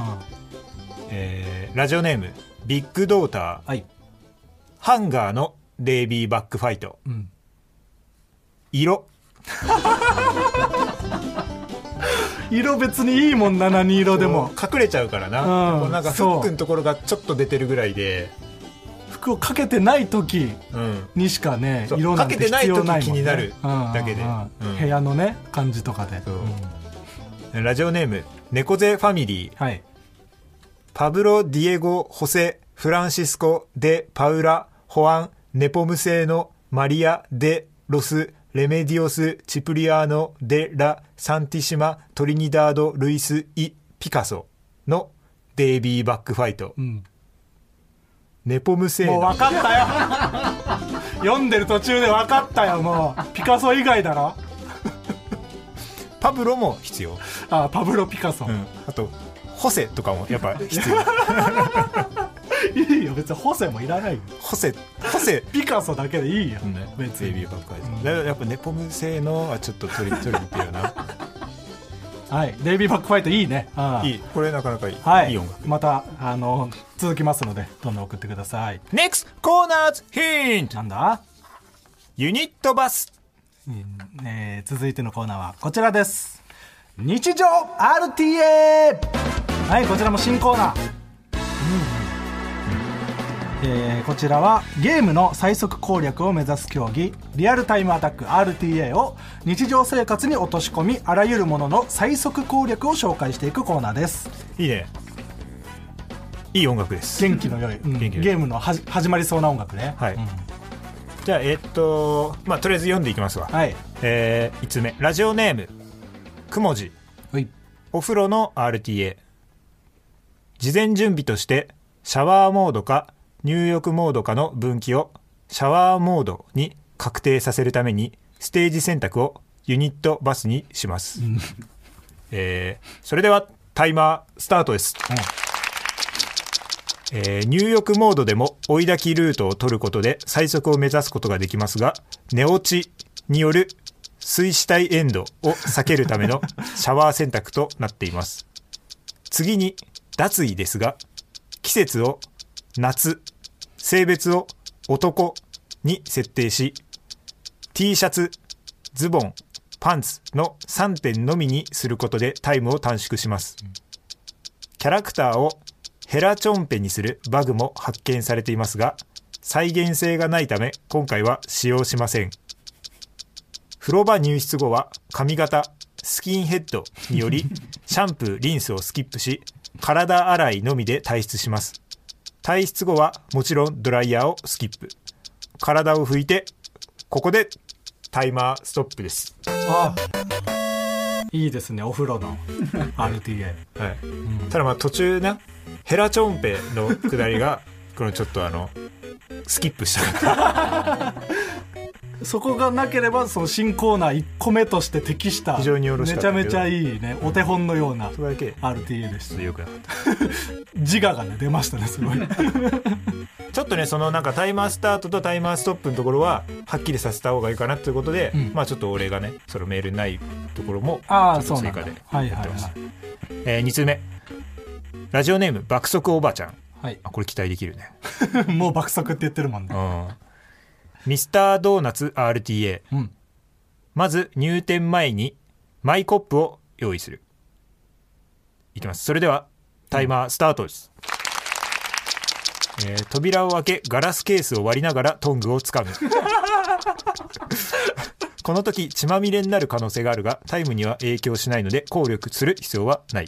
[SPEAKER 4] えーラジオネームビッグドーター
[SPEAKER 3] はい、
[SPEAKER 4] ハンガーのデイビーバックファイト
[SPEAKER 3] うん、
[SPEAKER 4] 色
[SPEAKER 3] 色別にいいもんな何色でも
[SPEAKER 4] 隠れちゃうからな、
[SPEAKER 3] うん
[SPEAKER 4] こうなんかフ
[SPEAKER 3] そう
[SPEAKER 4] ックのところがちょっと出てるぐらいで、
[SPEAKER 3] 服をかけてない時
[SPEAKER 4] うん、
[SPEAKER 3] にしかね
[SPEAKER 4] そう
[SPEAKER 3] 色なんて必要ないもん、ね、
[SPEAKER 4] かけてない時気になるだけで
[SPEAKER 3] うんうんうん
[SPEAKER 4] うん
[SPEAKER 3] 部屋のね感じとかで、
[SPEAKER 4] そう
[SPEAKER 3] うん
[SPEAKER 4] ラジオネーム猫背ファミリー
[SPEAKER 3] はい
[SPEAKER 4] パブロ・ディエゴ・ホセ・フランシスコ・デ・パウラ・ホアン・ネポム製のマリア・デ・ロス・レメディオス・チプリアーノ・デ・ラ・サンティシマ・トリニダード・ルイス・イ・ピカソのデイビーバックファイト、
[SPEAKER 3] ん
[SPEAKER 4] ネポム製
[SPEAKER 3] もう
[SPEAKER 4] の
[SPEAKER 3] 分かったよ *laughs* 読んでる途中で分かったよもうピカソ以外だろ
[SPEAKER 4] パブロも必要
[SPEAKER 3] あパブロ・ピカソ、
[SPEAKER 4] うん、あとホセとかもやっぱ必要
[SPEAKER 3] いいよ別にホセもいらないよ
[SPEAKER 4] ホセホセ
[SPEAKER 3] ピカソだけでいいよ、別
[SPEAKER 4] ベイビ
[SPEAKER 3] に
[SPEAKER 4] ーバックアイズ、だからやっぱネポム製のはちょっと取り取りに行ってるよな
[SPEAKER 3] はいデイビー・バックファイトいいねああ
[SPEAKER 4] いいこれなかなかいい,、
[SPEAKER 3] はい、
[SPEAKER 4] いい音楽
[SPEAKER 3] またあの続きますのでどんどん送ってください
[SPEAKER 4] NEXT コーナーズヒント
[SPEAKER 3] なんだ、
[SPEAKER 4] ユニットバス
[SPEAKER 3] うんえー続いてのコーナーはこちらです日常 RTA はいこちらも新コーナー、うんえーこちらはゲームの最速攻略を目指す競技リアルタイムアタック RTA を日常生活に落とし込みあらゆるものの最速攻略を紹介していくコーナーです
[SPEAKER 4] いいねいい音楽です
[SPEAKER 3] 元気の良い、うん
[SPEAKER 4] 元気の良い
[SPEAKER 3] ゲームのはじ始まりそうな音楽ね
[SPEAKER 4] はい
[SPEAKER 3] うん
[SPEAKER 4] じゃあえっとまあとりあえず読んでいきますわ、
[SPEAKER 3] はい
[SPEAKER 4] えー、5つ目ラジオネームくもじ
[SPEAKER 3] はい
[SPEAKER 4] お風呂の RTA 事前準備としてシャワーモードか入浴モードかの分岐をシャワーモードに確定させるためにステージ選択をユニットバスにします、えーそれではタイマースタートです、えー入浴モードでも追い焚きルートを取ることで最速を目指すことができますが寝落ちによる水死体エンドを避けるためのシャワー選択となっています次に脱衣ですが季節を夏性別を男に設定し T シャツズボンパンツの3点のみにすることでタイムを短縮しますキャラクターをヘラチョンペにするバグも発見されていますが再現性がないため今回は使用しません風呂場入室後は髪型スキンヘッドによりシャンプーリンスをスキップし体洗いのみで退出します退出後はもちろんドライヤーをスキップ体を拭いてここでタイマーストップです
[SPEAKER 3] あいいですねお風呂の RTA
[SPEAKER 4] はい、ただまあ途中ねヘラチョンペの下りが *laughs* このちょっとあのスキップしたから
[SPEAKER 3] そこがなければその新コーナー1個目として適した
[SPEAKER 4] 非常によろしか
[SPEAKER 3] め
[SPEAKER 4] っ
[SPEAKER 3] ちゃ
[SPEAKER 4] たけど
[SPEAKER 3] めちゃいいねお手本のような
[SPEAKER 4] それだけちょ
[SPEAKER 3] RTA でし
[SPEAKER 4] っと
[SPEAKER 3] た
[SPEAKER 4] よくなかった
[SPEAKER 3] 自我がね出ましたねすごい
[SPEAKER 4] *laughs* ちょっとねそのなんかタイマースタートとタイマーストップのところははっきりさせた方がいいかなということで、まあちょっと俺がねそのメールにないところも
[SPEAKER 3] ああ
[SPEAKER 4] ち
[SPEAKER 3] そ
[SPEAKER 4] ょっ
[SPEAKER 3] う
[SPEAKER 4] と
[SPEAKER 3] な
[SPEAKER 4] 追
[SPEAKER 3] ん
[SPEAKER 4] 加
[SPEAKER 3] だ
[SPEAKER 4] で
[SPEAKER 3] はい
[SPEAKER 4] や
[SPEAKER 3] は
[SPEAKER 4] っ
[SPEAKER 3] い
[SPEAKER 4] てま
[SPEAKER 3] は
[SPEAKER 4] す
[SPEAKER 3] い、
[SPEAKER 4] えー、2通目ラジオネーム爆速おばあちゃん
[SPEAKER 3] はい
[SPEAKER 4] あこれ期待できるね
[SPEAKER 3] *laughs* もう爆速って言ってるもん
[SPEAKER 4] う
[SPEAKER 3] ね。
[SPEAKER 4] んミスタードーナツ RTA
[SPEAKER 3] うん。
[SPEAKER 4] まず入店前にマイコップを用意するいきますそれではタイマースタートです、えー扉を開けガラスケースを割りながらトングをつかむ *laughs* この時血まみれになる可能性があるがタイムには影響しないので考慮する必要はない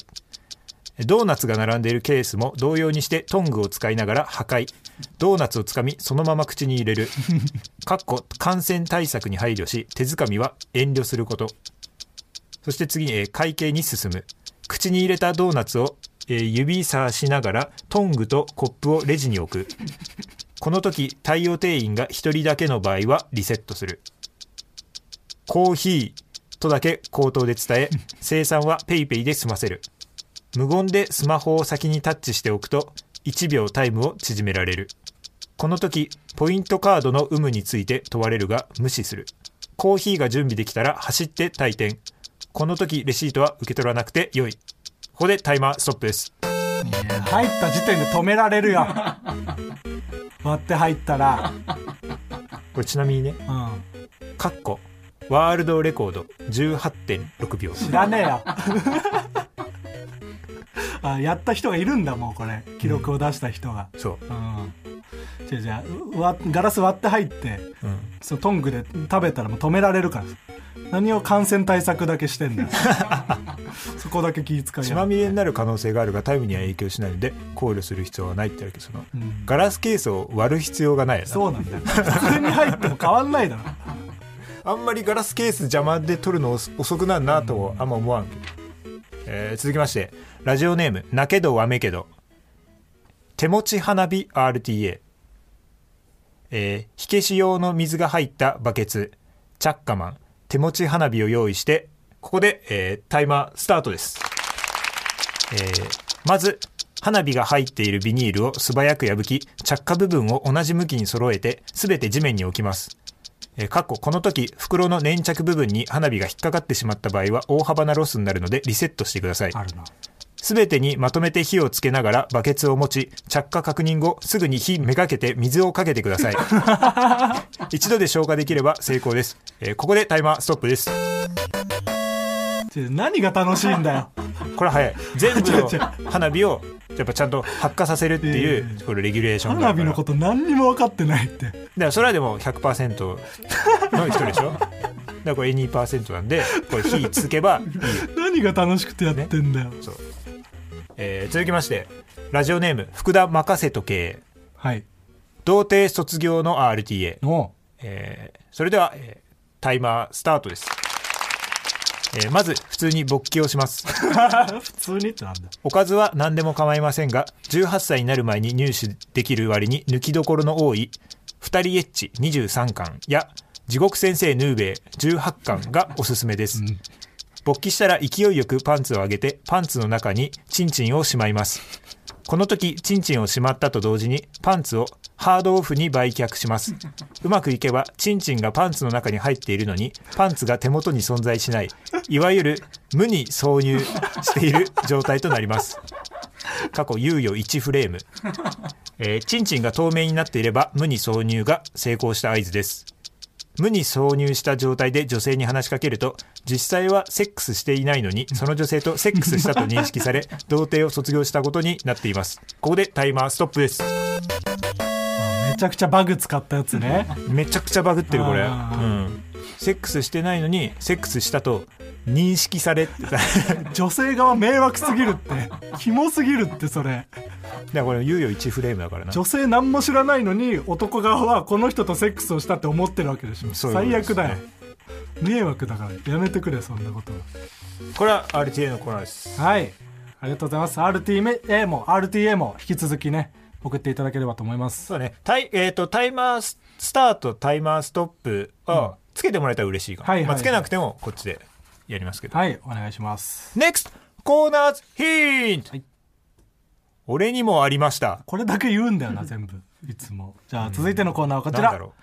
[SPEAKER 4] ドーナツが並んでいるケースも同様にしてトングを使いながら破壊ドーナツをつかみそのまま口に入れるかっこ感染対策に配慮し手づかみは遠慮することそして次、えー会計に進む口に入れたドーナツを、えー指さしながらトングとコップをレジに置くこの時対応店員が1人だけの場合はリセットするコーヒーとだけ口頭で伝え生産は PayPay ペイペイで済ませる無言でスマホを先にタッチしておくと1秒タイムを縮められるこの時ポイントカードの有無について問われるが無視するコーヒーが準備できたら走って退店この時レシートは受け取らなくて良いここでタイマーストップです
[SPEAKER 3] 入った時点で止められるよ。割って入ったら。
[SPEAKER 4] これちなみにね
[SPEAKER 3] うん。
[SPEAKER 4] カッコワールドレコード18.6秒
[SPEAKER 3] 知らねえよ。 *laughs* あやった人がいるんだもうこれ記録を出した人が
[SPEAKER 4] そう、
[SPEAKER 3] うんじゃあじゃあうわガラス割って入って
[SPEAKER 4] うん、
[SPEAKER 3] そのトングで食べたらもう止められるから何を感染対策だけしてんだよ *laughs* そこだけ気遣い
[SPEAKER 4] 血
[SPEAKER 3] や
[SPEAKER 4] まみれになる可能性があるがタイムには影響しないので考慮する必要はないってあるけどその、
[SPEAKER 3] ん
[SPEAKER 4] ガラスケースを割る必要がないよな
[SPEAKER 3] そうなんだよ普通に入っても変わんないだろ
[SPEAKER 4] あんまりガラスケース邪魔で撮るの遅遅くなんなとあんま思わんけど、えー続きましてラジオネーム「なけどわめけど」手持ち花火 RTA、えー火消し用の水が入ったバケツチャッカマン手持ち花火を用意してここで、えータイマースタートです、えーまず花火が入っているビニールを素早く破き着火部分を同じ向きに揃えて全て地面に置きますえー、過去この時袋の粘着部分に花火が引っかかってしまった場合は大幅なロスになるのでリセットしてください
[SPEAKER 3] あるな
[SPEAKER 4] すべてにまとめて火をつけながらバケツを持ち着火確認後すぐに火めがけて水をかけてくださ
[SPEAKER 3] *laughs*
[SPEAKER 4] い一度で消火できれば成功です、えーここでタイマーストップです
[SPEAKER 3] ちょ何が楽しいんだよ
[SPEAKER 4] これは早い全部の
[SPEAKER 3] 違う違う
[SPEAKER 4] 花火をやっぱちゃんと発火させるってい
[SPEAKER 3] いやいう
[SPEAKER 4] これレギュレーションがあ
[SPEAKER 3] 花
[SPEAKER 4] るか
[SPEAKER 3] 火
[SPEAKER 4] ら
[SPEAKER 3] のこと何にも分かってないって
[SPEAKER 4] だからそれはでも100%の人でしょだからこれ2%なんでこれ火つけばいいよ
[SPEAKER 3] 何が楽しくてやってんだよ、
[SPEAKER 4] そう、えー続きましてラジオネーム福田任せ時計
[SPEAKER 3] はい
[SPEAKER 4] 童貞卒業の RTA、
[SPEAKER 3] お
[SPEAKER 4] えーそれでは、えータイマースタートです、えーまず普通に勃起をしま
[SPEAKER 3] *laughs*
[SPEAKER 4] す *laughs*
[SPEAKER 3] 普通にってなんだよ
[SPEAKER 4] おかずは何でも構いませんが18歳になる前に入手できる割に抜きどころの多い「二人エッチ23巻」や「地獄先生ヌーベイ18巻」がおすすめです、勃起したら勢いよくパンツを上げてパンツの中にチンチンをしまいますこの時チンチンをしまったと同時にパンツをハードオフに売却しますうまくいけばチンチンがパンツの中に入っているのにパンツが手元に存在しないいわゆる無に挿入している状態となります過去猶予1フレーム、えーチンチンが透明になっていれば無に挿入が成功した合図です無に挿入した状態で女性に話しかけると実際はセックスしていないのにその女性とセックスしたと認識
[SPEAKER 3] *laughs*
[SPEAKER 4] され童貞を卒業したことになっていますここでタイマーストップです
[SPEAKER 3] めちゃくちゃバグ使ったやつね
[SPEAKER 4] めちゃくちゃバグってるこれ、う
[SPEAKER 3] あ
[SPEAKER 4] ん、セックスしてないのにセックスしたと認識さ
[SPEAKER 3] *laughs*
[SPEAKER 4] れってさだか
[SPEAKER 3] 女性側迷惑すぎるってキモすぎるってそれ
[SPEAKER 4] らこれ猶予1フレームだからな
[SPEAKER 3] 女性何も知らないのに男側はこの人とセックスをしたって思ってるわけでしょ
[SPEAKER 4] そういう
[SPEAKER 3] 最
[SPEAKER 4] ことで
[SPEAKER 3] 悪
[SPEAKER 4] す
[SPEAKER 3] だよ迷惑だからやめてくれそんなこと
[SPEAKER 4] これは RTA のコーナーです
[SPEAKER 3] はいありがとうございます RTA も RTA も引き続きね送っていただければと思います
[SPEAKER 4] そうねタイ,、えー、とタイマーススタートタイマーストップはつけてもらえたら嬉しいかな、
[SPEAKER 3] はいはい
[SPEAKER 4] まあ、つけなくてもこっちでやりますけど、
[SPEAKER 3] はいお願いします
[SPEAKER 4] ネク NEXT コーナーズヒント、
[SPEAKER 3] はい
[SPEAKER 4] 俺にもありました
[SPEAKER 3] これだけ言うんだ
[SPEAKER 4] *laughs*
[SPEAKER 3] よな全部いつもじゃあ続いてのコーナーはこち
[SPEAKER 4] なんだ
[SPEAKER 3] ら
[SPEAKER 4] ろ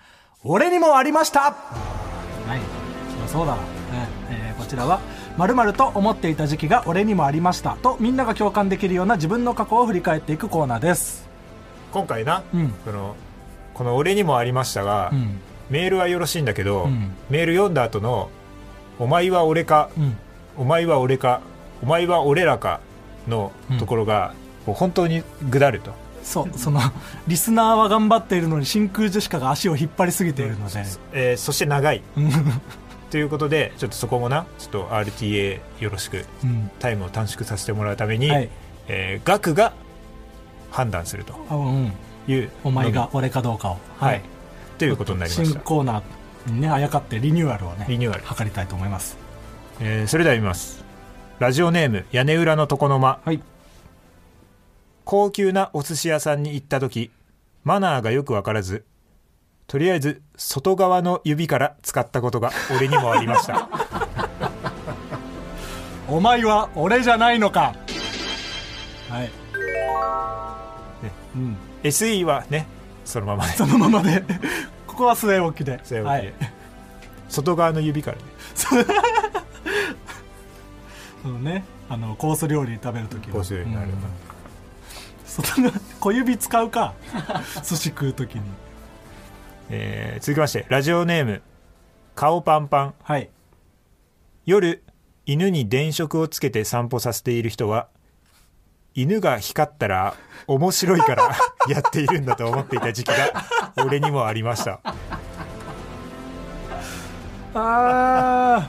[SPEAKER 3] 俺にもありましたはいそりゃそうだろうね、えーこちらは「まると思っていた時期が俺にもありました」とみんなが共感できるような自分の過去を振り返っていくコーナーです
[SPEAKER 4] う今回な、
[SPEAKER 3] うん
[SPEAKER 4] そのこの「俺にもありましたが」
[SPEAKER 3] うん
[SPEAKER 4] メールはよろしいんだけど、
[SPEAKER 3] うん
[SPEAKER 4] メール読んだ後の「お前は俺か」
[SPEAKER 3] うん
[SPEAKER 4] お前は俺かお前は俺らか」のところが、こう本当にぐだると
[SPEAKER 3] そうそのリスナーは頑張っているのに真空ジェシカが足を引っ張りすぎているので
[SPEAKER 4] えーそして長いということでちょっとそこもなちょっと RTA よろしく
[SPEAKER 3] うん
[SPEAKER 4] タイムを短縮させてもらうために、
[SPEAKER 3] はい
[SPEAKER 4] えー額が判断すると
[SPEAKER 3] あうん
[SPEAKER 4] いう
[SPEAKER 3] お前が俺かどうかを
[SPEAKER 4] はい、ということになりまし
[SPEAKER 3] 新
[SPEAKER 4] た、
[SPEAKER 3] コーナーにねあやかってリニューアルをね
[SPEAKER 4] リニューアル
[SPEAKER 3] 図りたいと思います
[SPEAKER 4] えーそれでは見ますラジオネーム屋根裏の床の間
[SPEAKER 3] はい
[SPEAKER 4] 高級なお寿司屋さんに行った時マナーがよくわからずとりあえず外側の指から使ったことが俺にもありました
[SPEAKER 3] *laughs* お前は俺じゃないのかはい、うん
[SPEAKER 4] SE はねそのままで
[SPEAKER 3] そのままでここは据え置きで
[SPEAKER 4] 据え置きで
[SPEAKER 3] はい、 *laughs*
[SPEAKER 4] 外側の指からね
[SPEAKER 3] そのねあのコース料理食べるとき
[SPEAKER 4] こうするようになる、
[SPEAKER 3] うん外側小指使うか *laughs* 寿司食うときに
[SPEAKER 4] えー続きましてラジオネーム顔パンパン
[SPEAKER 3] はい
[SPEAKER 4] 夜犬に電飾をつけて散歩させている人は犬が光ったら面白いから
[SPEAKER 3] *laughs*
[SPEAKER 4] やっているんだと思っていた時期が俺にもありました
[SPEAKER 3] あ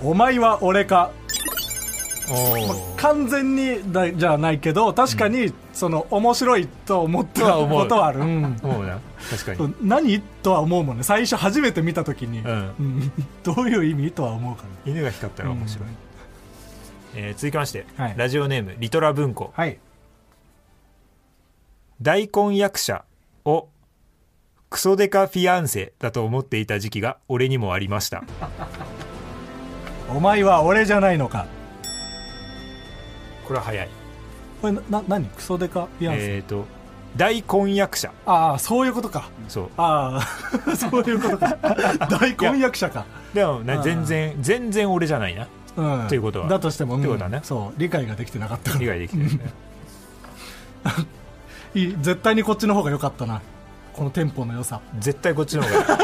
[SPEAKER 4] お
[SPEAKER 3] お前は俺か
[SPEAKER 4] お
[SPEAKER 3] 完全にだじゃないけど確かに、その面白いと思った
[SPEAKER 4] は思う
[SPEAKER 3] ことはある、うん
[SPEAKER 4] おもうな確かに
[SPEAKER 3] そう何とは思うもんね最初初めて見たときに、
[SPEAKER 4] うん
[SPEAKER 3] うんどういう意味とは思うから
[SPEAKER 4] 犬が光ったら面白い、
[SPEAKER 3] うん
[SPEAKER 4] えー続きまして、
[SPEAKER 3] はい
[SPEAKER 4] ラジオネームリトラ文庫
[SPEAKER 3] はい
[SPEAKER 4] 大根役者をクソデカフィアンセだと思っていた時期が俺にもありました
[SPEAKER 3] お前は俺じゃないのか
[SPEAKER 4] これは早い
[SPEAKER 3] これなな何クソデカフィアンセ、
[SPEAKER 4] えっ、と大根役者
[SPEAKER 3] ああそういうことか
[SPEAKER 4] そう
[SPEAKER 3] あ
[SPEAKER 4] *laughs*
[SPEAKER 3] あそういうことか大婚約者か、
[SPEAKER 4] でもね
[SPEAKER 3] あー
[SPEAKER 4] 全然全然俺じゃないな
[SPEAKER 3] うん、
[SPEAKER 4] ということは
[SPEAKER 3] だとしても、うん
[SPEAKER 4] ということはね
[SPEAKER 3] そう理解ができてなかったから
[SPEAKER 4] 理解でき
[SPEAKER 3] *laughs*
[SPEAKER 4] てるね
[SPEAKER 3] いい絶対にこっちの方が良かったなこのテンポの良さ
[SPEAKER 4] 絶対こっちの方が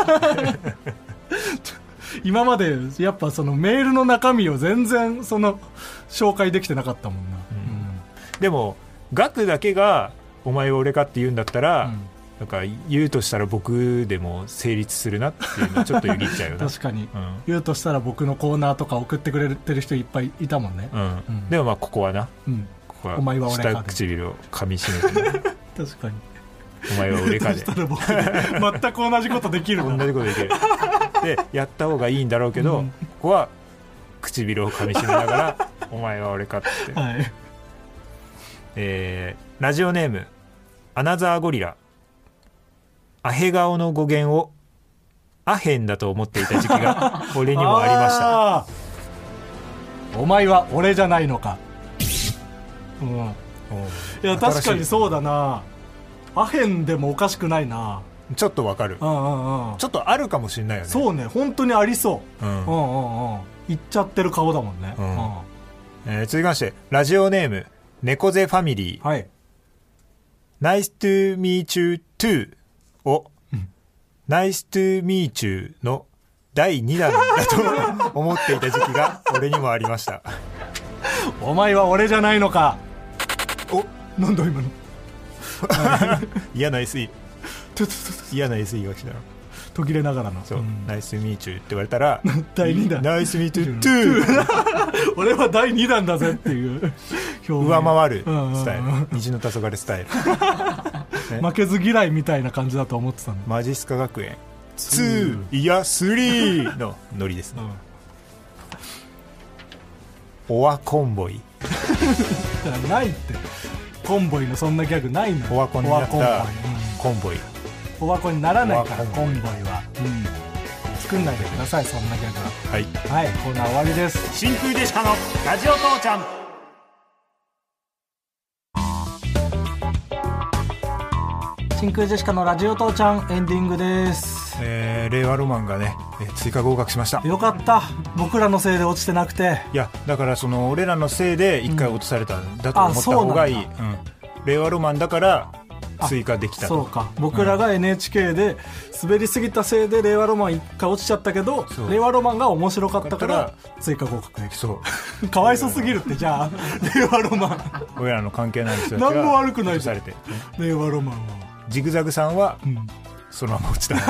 [SPEAKER 3] 今までやっぱそのメールの中身を全然その紹介できてなかったもんな、
[SPEAKER 4] でも額だけが「お前は俺か」って言うんだったら、
[SPEAKER 3] うん
[SPEAKER 4] なんか言うとしたら僕でも成立するなっていうのちょっとよぎっちゃうよな
[SPEAKER 3] *laughs* 確かに、
[SPEAKER 4] うん
[SPEAKER 3] 言うとしたら僕のコーナーとか送ってくれてる人いっぱいいたもんね、
[SPEAKER 4] うん
[SPEAKER 3] うん
[SPEAKER 4] でもまあここはな
[SPEAKER 3] うん、
[SPEAKER 4] ここ
[SPEAKER 3] お前は
[SPEAKER 4] は
[SPEAKER 3] 俺かで
[SPEAKER 4] 下唇を噛みしめてね、
[SPEAKER 3] *laughs* 確かに
[SPEAKER 4] お前は俺か
[SPEAKER 3] そ
[SPEAKER 4] で
[SPEAKER 3] したら僕全く同じことできる
[SPEAKER 4] 同
[SPEAKER 3] な
[SPEAKER 4] *laughs* じことできるでやった方がいいんだろうけど、ここは唇を噛みしめながら「お前は俺か」って、
[SPEAKER 3] はい
[SPEAKER 4] えーラジオネームアナザーゴリラアヘ顔の語源をアヘンだと思っていた時期
[SPEAKER 3] *laughs*
[SPEAKER 4] が俺にもありました
[SPEAKER 3] あーお前は俺じゃないのかうんいや確かにそうだなアヘンでもおかしくないな
[SPEAKER 4] ちょっとわかる
[SPEAKER 3] うんうんうん
[SPEAKER 4] ちょっとあるかもしれないよね
[SPEAKER 3] そうね本当にありそう、
[SPEAKER 4] うん
[SPEAKER 3] うんうんうん言っちゃってる顔だもんね、
[SPEAKER 4] うんえー続きましてラジオネーム猫背ファミリー
[SPEAKER 3] はい
[SPEAKER 4] 「Nice to meet you too」を「ナイストゥーミーチューの第2弾だと思っていた時期が俺にもありました。
[SPEAKER 3] お前は俺じゃないのか
[SPEAKER 4] お
[SPEAKER 3] なんだ今の
[SPEAKER 4] 嫌な SE。嫌な SE が来たの。
[SPEAKER 3] 途切れながらの
[SPEAKER 4] そう、ナイスミーチューって言われ
[SPEAKER 3] *laughs*
[SPEAKER 4] たら、
[SPEAKER 3] 第2弾
[SPEAKER 4] ナイス
[SPEAKER 3] *laughs*
[SPEAKER 4] ミーチュートゥー
[SPEAKER 3] 俺は第2弾だぜっていう表現
[SPEAKER 4] 上回る
[SPEAKER 3] うんうんうん
[SPEAKER 4] スタイル。虹の黄昏スタイル。
[SPEAKER 3] 負けず嫌いみたいな感じだと思ってたんだ
[SPEAKER 4] マジスカ学園2いや3のノリですね、オアコンボイ
[SPEAKER 3] だからないってコンボイのそんなギャグないの
[SPEAKER 4] オワコンになっ
[SPEAKER 3] オワ
[SPEAKER 4] た
[SPEAKER 3] コンボイうん
[SPEAKER 4] コ
[SPEAKER 3] オ
[SPEAKER 4] ンボイ
[SPEAKER 3] ワコンにならないから
[SPEAKER 4] オワ
[SPEAKER 3] コ
[SPEAKER 4] コ
[SPEAKER 3] ンボイは、うん、作んないでくださいそんなギャグ
[SPEAKER 4] はい
[SPEAKER 3] ははいコーナー終わりです
[SPEAKER 4] 真空でしかのラジオ父ちゃん
[SPEAKER 3] 真空ジェシカのラジオ父ちゃんエンディングです
[SPEAKER 4] えー令和ロマンがね、えー追加合格しましたい
[SPEAKER 3] よかった僕らのせいで落ちてなくて
[SPEAKER 4] やだからその俺らのせいで一回落とされたんだと思
[SPEAKER 3] あ
[SPEAKER 4] った
[SPEAKER 3] そうなんだ
[SPEAKER 4] 方がいい、うん令和ロマンだから追加できた
[SPEAKER 3] そう
[SPEAKER 4] と
[SPEAKER 3] か僕らが NHK で滑りすぎたせいで令和ロマン一回落ちちゃったけど
[SPEAKER 4] そう
[SPEAKER 3] 令和ロマンが面白かったか
[SPEAKER 4] だ
[SPEAKER 3] ら
[SPEAKER 4] か
[SPEAKER 3] 追加合格でき
[SPEAKER 4] そう
[SPEAKER 3] た
[SPEAKER 4] *laughs*
[SPEAKER 3] かわいそすぎるってじゃあ令和ロマ
[SPEAKER 4] 俺らの関係ない人たちが
[SPEAKER 3] 何も悪くない
[SPEAKER 4] 落とされて
[SPEAKER 3] ン令和ロマンは、
[SPEAKER 4] ジグザグさんは
[SPEAKER 3] うん、
[SPEAKER 4] そのまま落ちた
[SPEAKER 3] い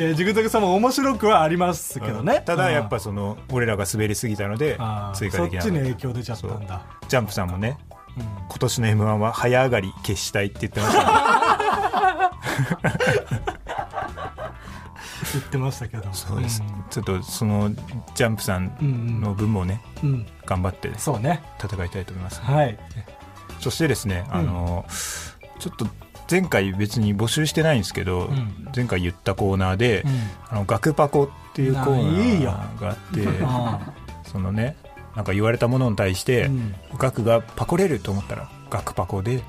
[SPEAKER 3] やジグザグさんも面白くはあります *laughs* けどね
[SPEAKER 4] ただやっ
[SPEAKER 3] う
[SPEAKER 4] ぱ
[SPEAKER 3] ん
[SPEAKER 4] その俺らが滑りすぎたので
[SPEAKER 3] あー
[SPEAKER 4] 追加
[SPEAKER 3] そ
[SPEAKER 4] で
[SPEAKER 3] っ
[SPEAKER 4] きな
[SPEAKER 3] ち
[SPEAKER 4] か
[SPEAKER 3] に
[SPEAKER 4] っ
[SPEAKER 3] 影響出ちゃったんだ
[SPEAKER 4] たジャンプさんもね
[SPEAKER 3] うん
[SPEAKER 4] 今年の m 1は早上がり決したいって言ってましたね
[SPEAKER 3] *laughs* 言ってましたけど
[SPEAKER 4] そうです、ちょっとそのジャンプさんの分もね
[SPEAKER 3] うん、うん
[SPEAKER 4] 頑張って
[SPEAKER 3] そうね
[SPEAKER 4] 戦いたいと思います
[SPEAKER 3] はい
[SPEAKER 4] そしてですねあのちょっと前回別に募集してないんですけど、
[SPEAKER 3] ん
[SPEAKER 4] 前回言ったコーナーで、
[SPEAKER 3] うん
[SPEAKER 4] あの学パコっていうコーナ
[SPEAKER 3] ないい
[SPEAKER 4] ー
[SPEAKER 3] よ
[SPEAKER 4] があって
[SPEAKER 3] *laughs* あ
[SPEAKER 4] そのねなんか言われたものに対して、
[SPEAKER 3] うん
[SPEAKER 4] 額がパコれると思ったら額パコで、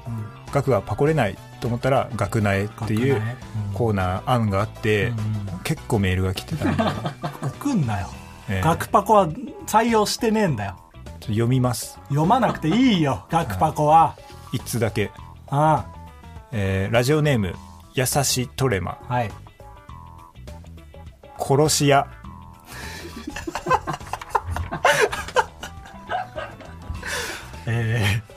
[SPEAKER 4] 額がパコれないと思ったら額苗ってい
[SPEAKER 3] 額
[SPEAKER 4] う
[SPEAKER 3] 苗うん
[SPEAKER 4] コーナー案があって、
[SPEAKER 3] う
[SPEAKER 4] 結構メールが来てたん
[SPEAKER 3] *laughs*
[SPEAKER 4] で、
[SPEAKER 3] あ送んなよ
[SPEAKER 4] ええ
[SPEAKER 3] 学パコは採用してねえんだよ
[SPEAKER 4] ちょっと読みます
[SPEAKER 3] 読まなくていいよ学パコは
[SPEAKER 4] 一通だけ、
[SPEAKER 3] あ
[SPEAKER 4] えーラジオネーム優しトレマ
[SPEAKER 3] あはい
[SPEAKER 4] 殺し屋
[SPEAKER 3] ええ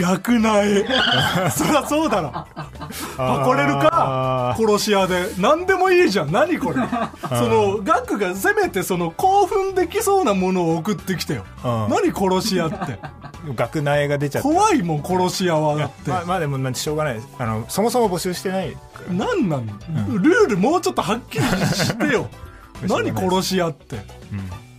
[SPEAKER 3] 学 *laughs* 内そりゃそうだろパコれるか
[SPEAKER 4] あー
[SPEAKER 3] 殺し屋で何でもいいじゃん何これその学がせめてその興奮できそうなものを送ってきてよ
[SPEAKER 4] うん
[SPEAKER 3] 何殺し屋って
[SPEAKER 4] 額苗が出ちゃった
[SPEAKER 3] 怖いもん殺し屋はだって
[SPEAKER 4] まあまあでもまあしょうがないですあのそもそも募集してないから
[SPEAKER 3] 何なの、ルールもうちょっとはっきりして *laughs* よ
[SPEAKER 4] しょうがない
[SPEAKER 3] 何殺し屋って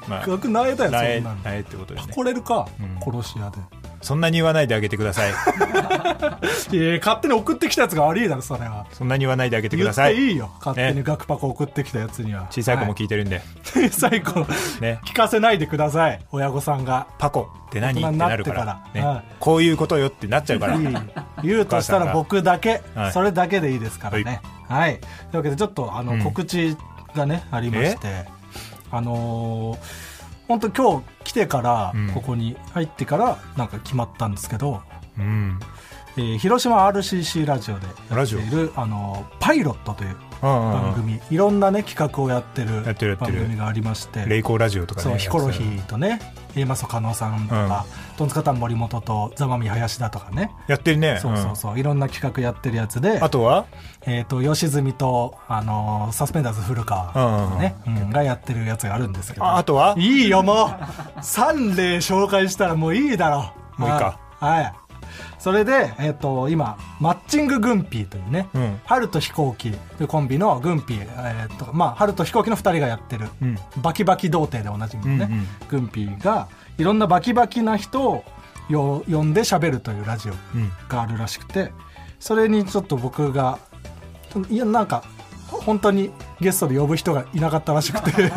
[SPEAKER 4] まあ
[SPEAKER 3] 学苗だよ
[SPEAKER 4] 苗
[SPEAKER 3] そんなの
[SPEAKER 4] 苗ってことですね
[SPEAKER 3] これるか、殺し屋で
[SPEAKER 4] そんなに言わないであげてく
[SPEAKER 3] *laughs*
[SPEAKER 4] ださい
[SPEAKER 3] いや勝手に送ってきたやつが悪いだろそれは
[SPEAKER 4] そんなに言わないであげてく
[SPEAKER 3] 言
[SPEAKER 4] だ
[SPEAKER 3] っ
[SPEAKER 4] さい
[SPEAKER 3] ていいよ勝手に
[SPEAKER 4] ね
[SPEAKER 3] 学パコ送ってきたやつには、
[SPEAKER 4] 小さい子も
[SPEAKER 3] は
[SPEAKER 4] 聞いてるんで、
[SPEAKER 3] 小さい子、
[SPEAKER 4] ね
[SPEAKER 3] 聞かせないでください親御さんが
[SPEAKER 4] パコって何っ
[SPEAKER 3] 大人
[SPEAKER 4] て
[SPEAKER 3] になっ
[SPEAKER 4] なるから
[SPEAKER 3] てから
[SPEAKER 4] ね
[SPEAKER 3] う
[SPEAKER 4] こういうことよってなっちゃうから
[SPEAKER 3] いい言うとしたら僕だけ、
[SPEAKER 4] はい
[SPEAKER 3] それだけでいいですからねはい、というわけでちょっとあの、告知がねありましてあのー本当今日来てから、
[SPEAKER 4] うん
[SPEAKER 3] ここに入ってからなんか決まったんですけど、
[SPEAKER 4] うん
[SPEAKER 3] えー広島 RCC ラジオでや
[SPEAKER 4] ラ
[SPEAKER 3] って
[SPEAKER 4] ジオ
[SPEAKER 3] いる「あのーパイロット」という
[SPEAKER 4] うんうん
[SPEAKER 3] 番
[SPEAKER 4] うん
[SPEAKER 3] 組、いろんなね企画をやってる
[SPEAKER 4] やってるやって
[SPEAKER 3] 番
[SPEAKER 4] る
[SPEAKER 3] 組がありまして
[SPEAKER 4] レイコーラジオとかね
[SPEAKER 3] そうヒコロヒーとね A マソ加納さんとか、トンツカタン森本とザマミ林田とかね
[SPEAKER 4] やってるね
[SPEAKER 3] そうそうそう、いろんな企画やってるやつで
[SPEAKER 4] うんあとは
[SPEAKER 3] えー、と吉住と、あのーサスペンダーズ古川、ねうんがやってるやつがあるんですけど
[SPEAKER 4] ああとはい
[SPEAKER 3] いよもう3例紹介したらもういいだろ
[SPEAKER 4] もういいか
[SPEAKER 3] はいはいそれで、えー、と今マッチンググンピーというね、
[SPEAKER 4] うん
[SPEAKER 3] 春と飛行機というコンビのグンピー、えーとまあ、春と飛行機の2人がやってる、
[SPEAKER 4] うん
[SPEAKER 3] バキバキ童貞でおなじみのね、
[SPEAKER 4] うんうん
[SPEAKER 3] グンピーがいろんなバキバキな人をよ呼んで喋るというラジオ
[SPEAKER 4] うん
[SPEAKER 3] があるらしくてそれにちょっと僕がいやなんか本当にゲストで呼ぶ人がいなかったらしく
[SPEAKER 4] *laughs*
[SPEAKER 3] て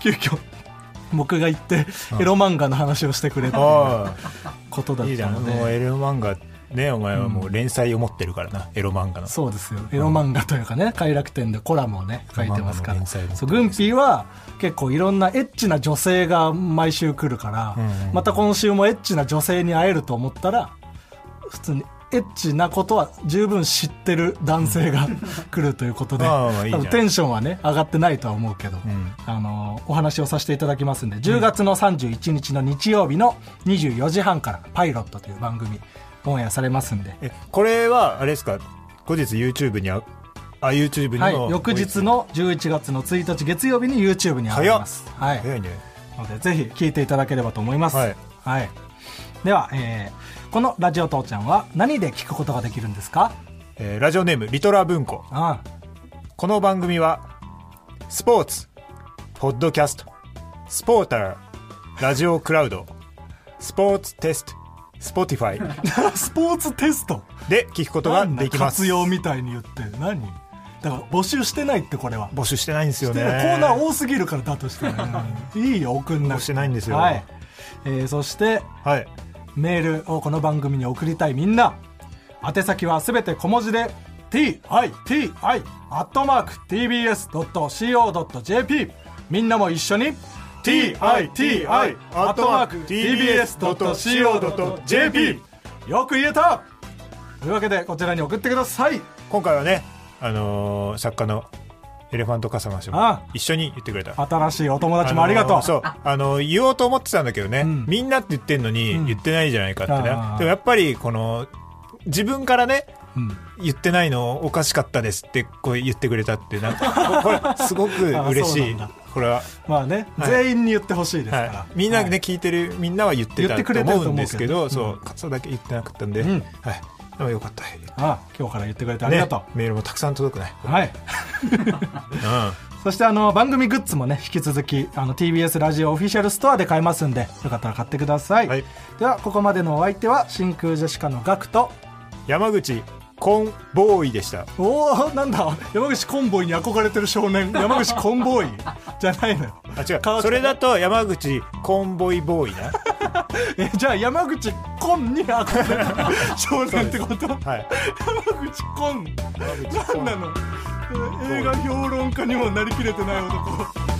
[SPEAKER 3] 急遽僕が行ってエロ漫画の話をしてくれっていう
[SPEAKER 4] あ
[SPEAKER 3] ことだ
[SPEAKER 4] あいい
[SPEAKER 3] っ
[SPEAKER 4] じゃ
[SPEAKER 3] た
[SPEAKER 4] ん
[SPEAKER 3] の
[SPEAKER 4] もう
[SPEAKER 3] で
[SPEAKER 4] エロ漫画ねお前はもう連載を持ってるからなエロ漫画の
[SPEAKER 3] そうですよエロ漫画というかね快楽天でコラムをね書いてますから
[SPEAKER 4] エロ漫画の連載も
[SPEAKER 3] そうグンピーは結構いろんなエッチな女性が毎週来るから
[SPEAKER 4] うんうん
[SPEAKER 3] また今週もエッチな女性に会えると思ったら普通にエッチなことは十分知ってる男性が *laughs* 来るということで
[SPEAKER 4] まあまあいいじゃん
[SPEAKER 3] 多分テンションはね上がってないとは思うけど、
[SPEAKER 4] ん
[SPEAKER 3] あのお話をさせていただきますんで10月の31日の日曜日の24時半から「パイロット」という番組オンエアされますんで、
[SPEAKER 4] えこれはあれですか後日 YouTube にああ YouTube にも、
[SPEAKER 3] はい、翌日の11月の1日月曜日に YouTube に上がります、は
[SPEAKER 4] 早いね
[SPEAKER 3] のでぜひ聞いていただければと思います、は
[SPEAKER 4] はいい
[SPEAKER 3] では、えーこの「ラジオ父ちゃん」は何で聞くことができるんですか
[SPEAKER 4] えーラジオネームリトラ文庫
[SPEAKER 3] あ
[SPEAKER 4] この番組はスポーツポッドキャストスポーターラジオクラウドスポーツテストスポティファイ *laughs*
[SPEAKER 3] あスポーツテスト
[SPEAKER 4] で聞くことができます
[SPEAKER 3] 活用みたいに言って何だから募集してないってこれは
[SPEAKER 4] 募集してないんですよ
[SPEAKER 3] して
[SPEAKER 4] ね
[SPEAKER 3] ないコーナー多すぎるからだとして、
[SPEAKER 4] *laughs*
[SPEAKER 3] いいよ送んなく
[SPEAKER 4] してないんですよ
[SPEAKER 3] はいえーそして
[SPEAKER 4] はい
[SPEAKER 3] メールをこの番組に送りたいみんな宛先はすべて小文字で titi.tbs.co.jp みんなも一緒に titi.tbs.co.jp よく言えたというわけでこちらに送ってください
[SPEAKER 4] 今回はねあのー作家のエレファントカサマ氏も
[SPEAKER 3] あ
[SPEAKER 4] 一緒に言ってくれた
[SPEAKER 3] 新しいお友達もありがとう、
[SPEAKER 4] のーそうあのー言おうと思ってたんだけどね、
[SPEAKER 3] ん
[SPEAKER 4] みんなって言ってんのに言ってないじゃないかってね、
[SPEAKER 3] あー
[SPEAKER 4] でもやっぱりこの自分からね
[SPEAKER 3] うん
[SPEAKER 4] 言ってないのおかしかったですってこう言ってくれたってなんかここれすごく嬉
[SPEAKER 3] あ
[SPEAKER 4] し
[SPEAKER 3] そう
[SPEAKER 4] い
[SPEAKER 3] なんだ
[SPEAKER 4] これは、
[SPEAKER 3] まあね、
[SPEAKER 4] はい
[SPEAKER 3] 全員に言ってほしいですから、
[SPEAKER 4] はい、みんなね、聞いてるみんなは言って
[SPEAKER 3] 言ったてく
[SPEAKER 4] と
[SPEAKER 3] れてると
[SPEAKER 4] 思
[SPEAKER 3] 思
[SPEAKER 4] う
[SPEAKER 3] うんけど
[SPEAKER 4] ですけどそうカツオだけ言ってなかったんで、
[SPEAKER 3] うん
[SPEAKER 4] はいでもよかった
[SPEAKER 3] ああ今日から言ってくれてありがとう、
[SPEAKER 4] ねメールもたくさん届くね、
[SPEAKER 3] はい
[SPEAKER 4] うん
[SPEAKER 3] そしてあの番組グッズもね引き続きあの TBS ラジオオフィシャルストアで買えますんでよかったら買ってください、
[SPEAKER 4] はい
[SPEAKER 3] ではここまでのお相手は真空ジェシカのガクと
[SPEAKER 4] 山口コンボーイでした
[SPEAKER 3] おおなんだ山口コンボイに憧れてる少年山口コンボイ *laughs* じゃないのよ
[SPEAKER 4] あ違
[SPEAKER 3] 川
[SPEAKER 4] う
[SPEAKER 3] 口
[SPEAKER 4] それだと山口コンボイボーイな
[SPEAKER 3] えじゃあ山口コンに憧れてる少年ってこと、
[SPEAKER 4] はい
[SPEAKER 3] 山口コンなんなの映画評論家にもなりきれてない男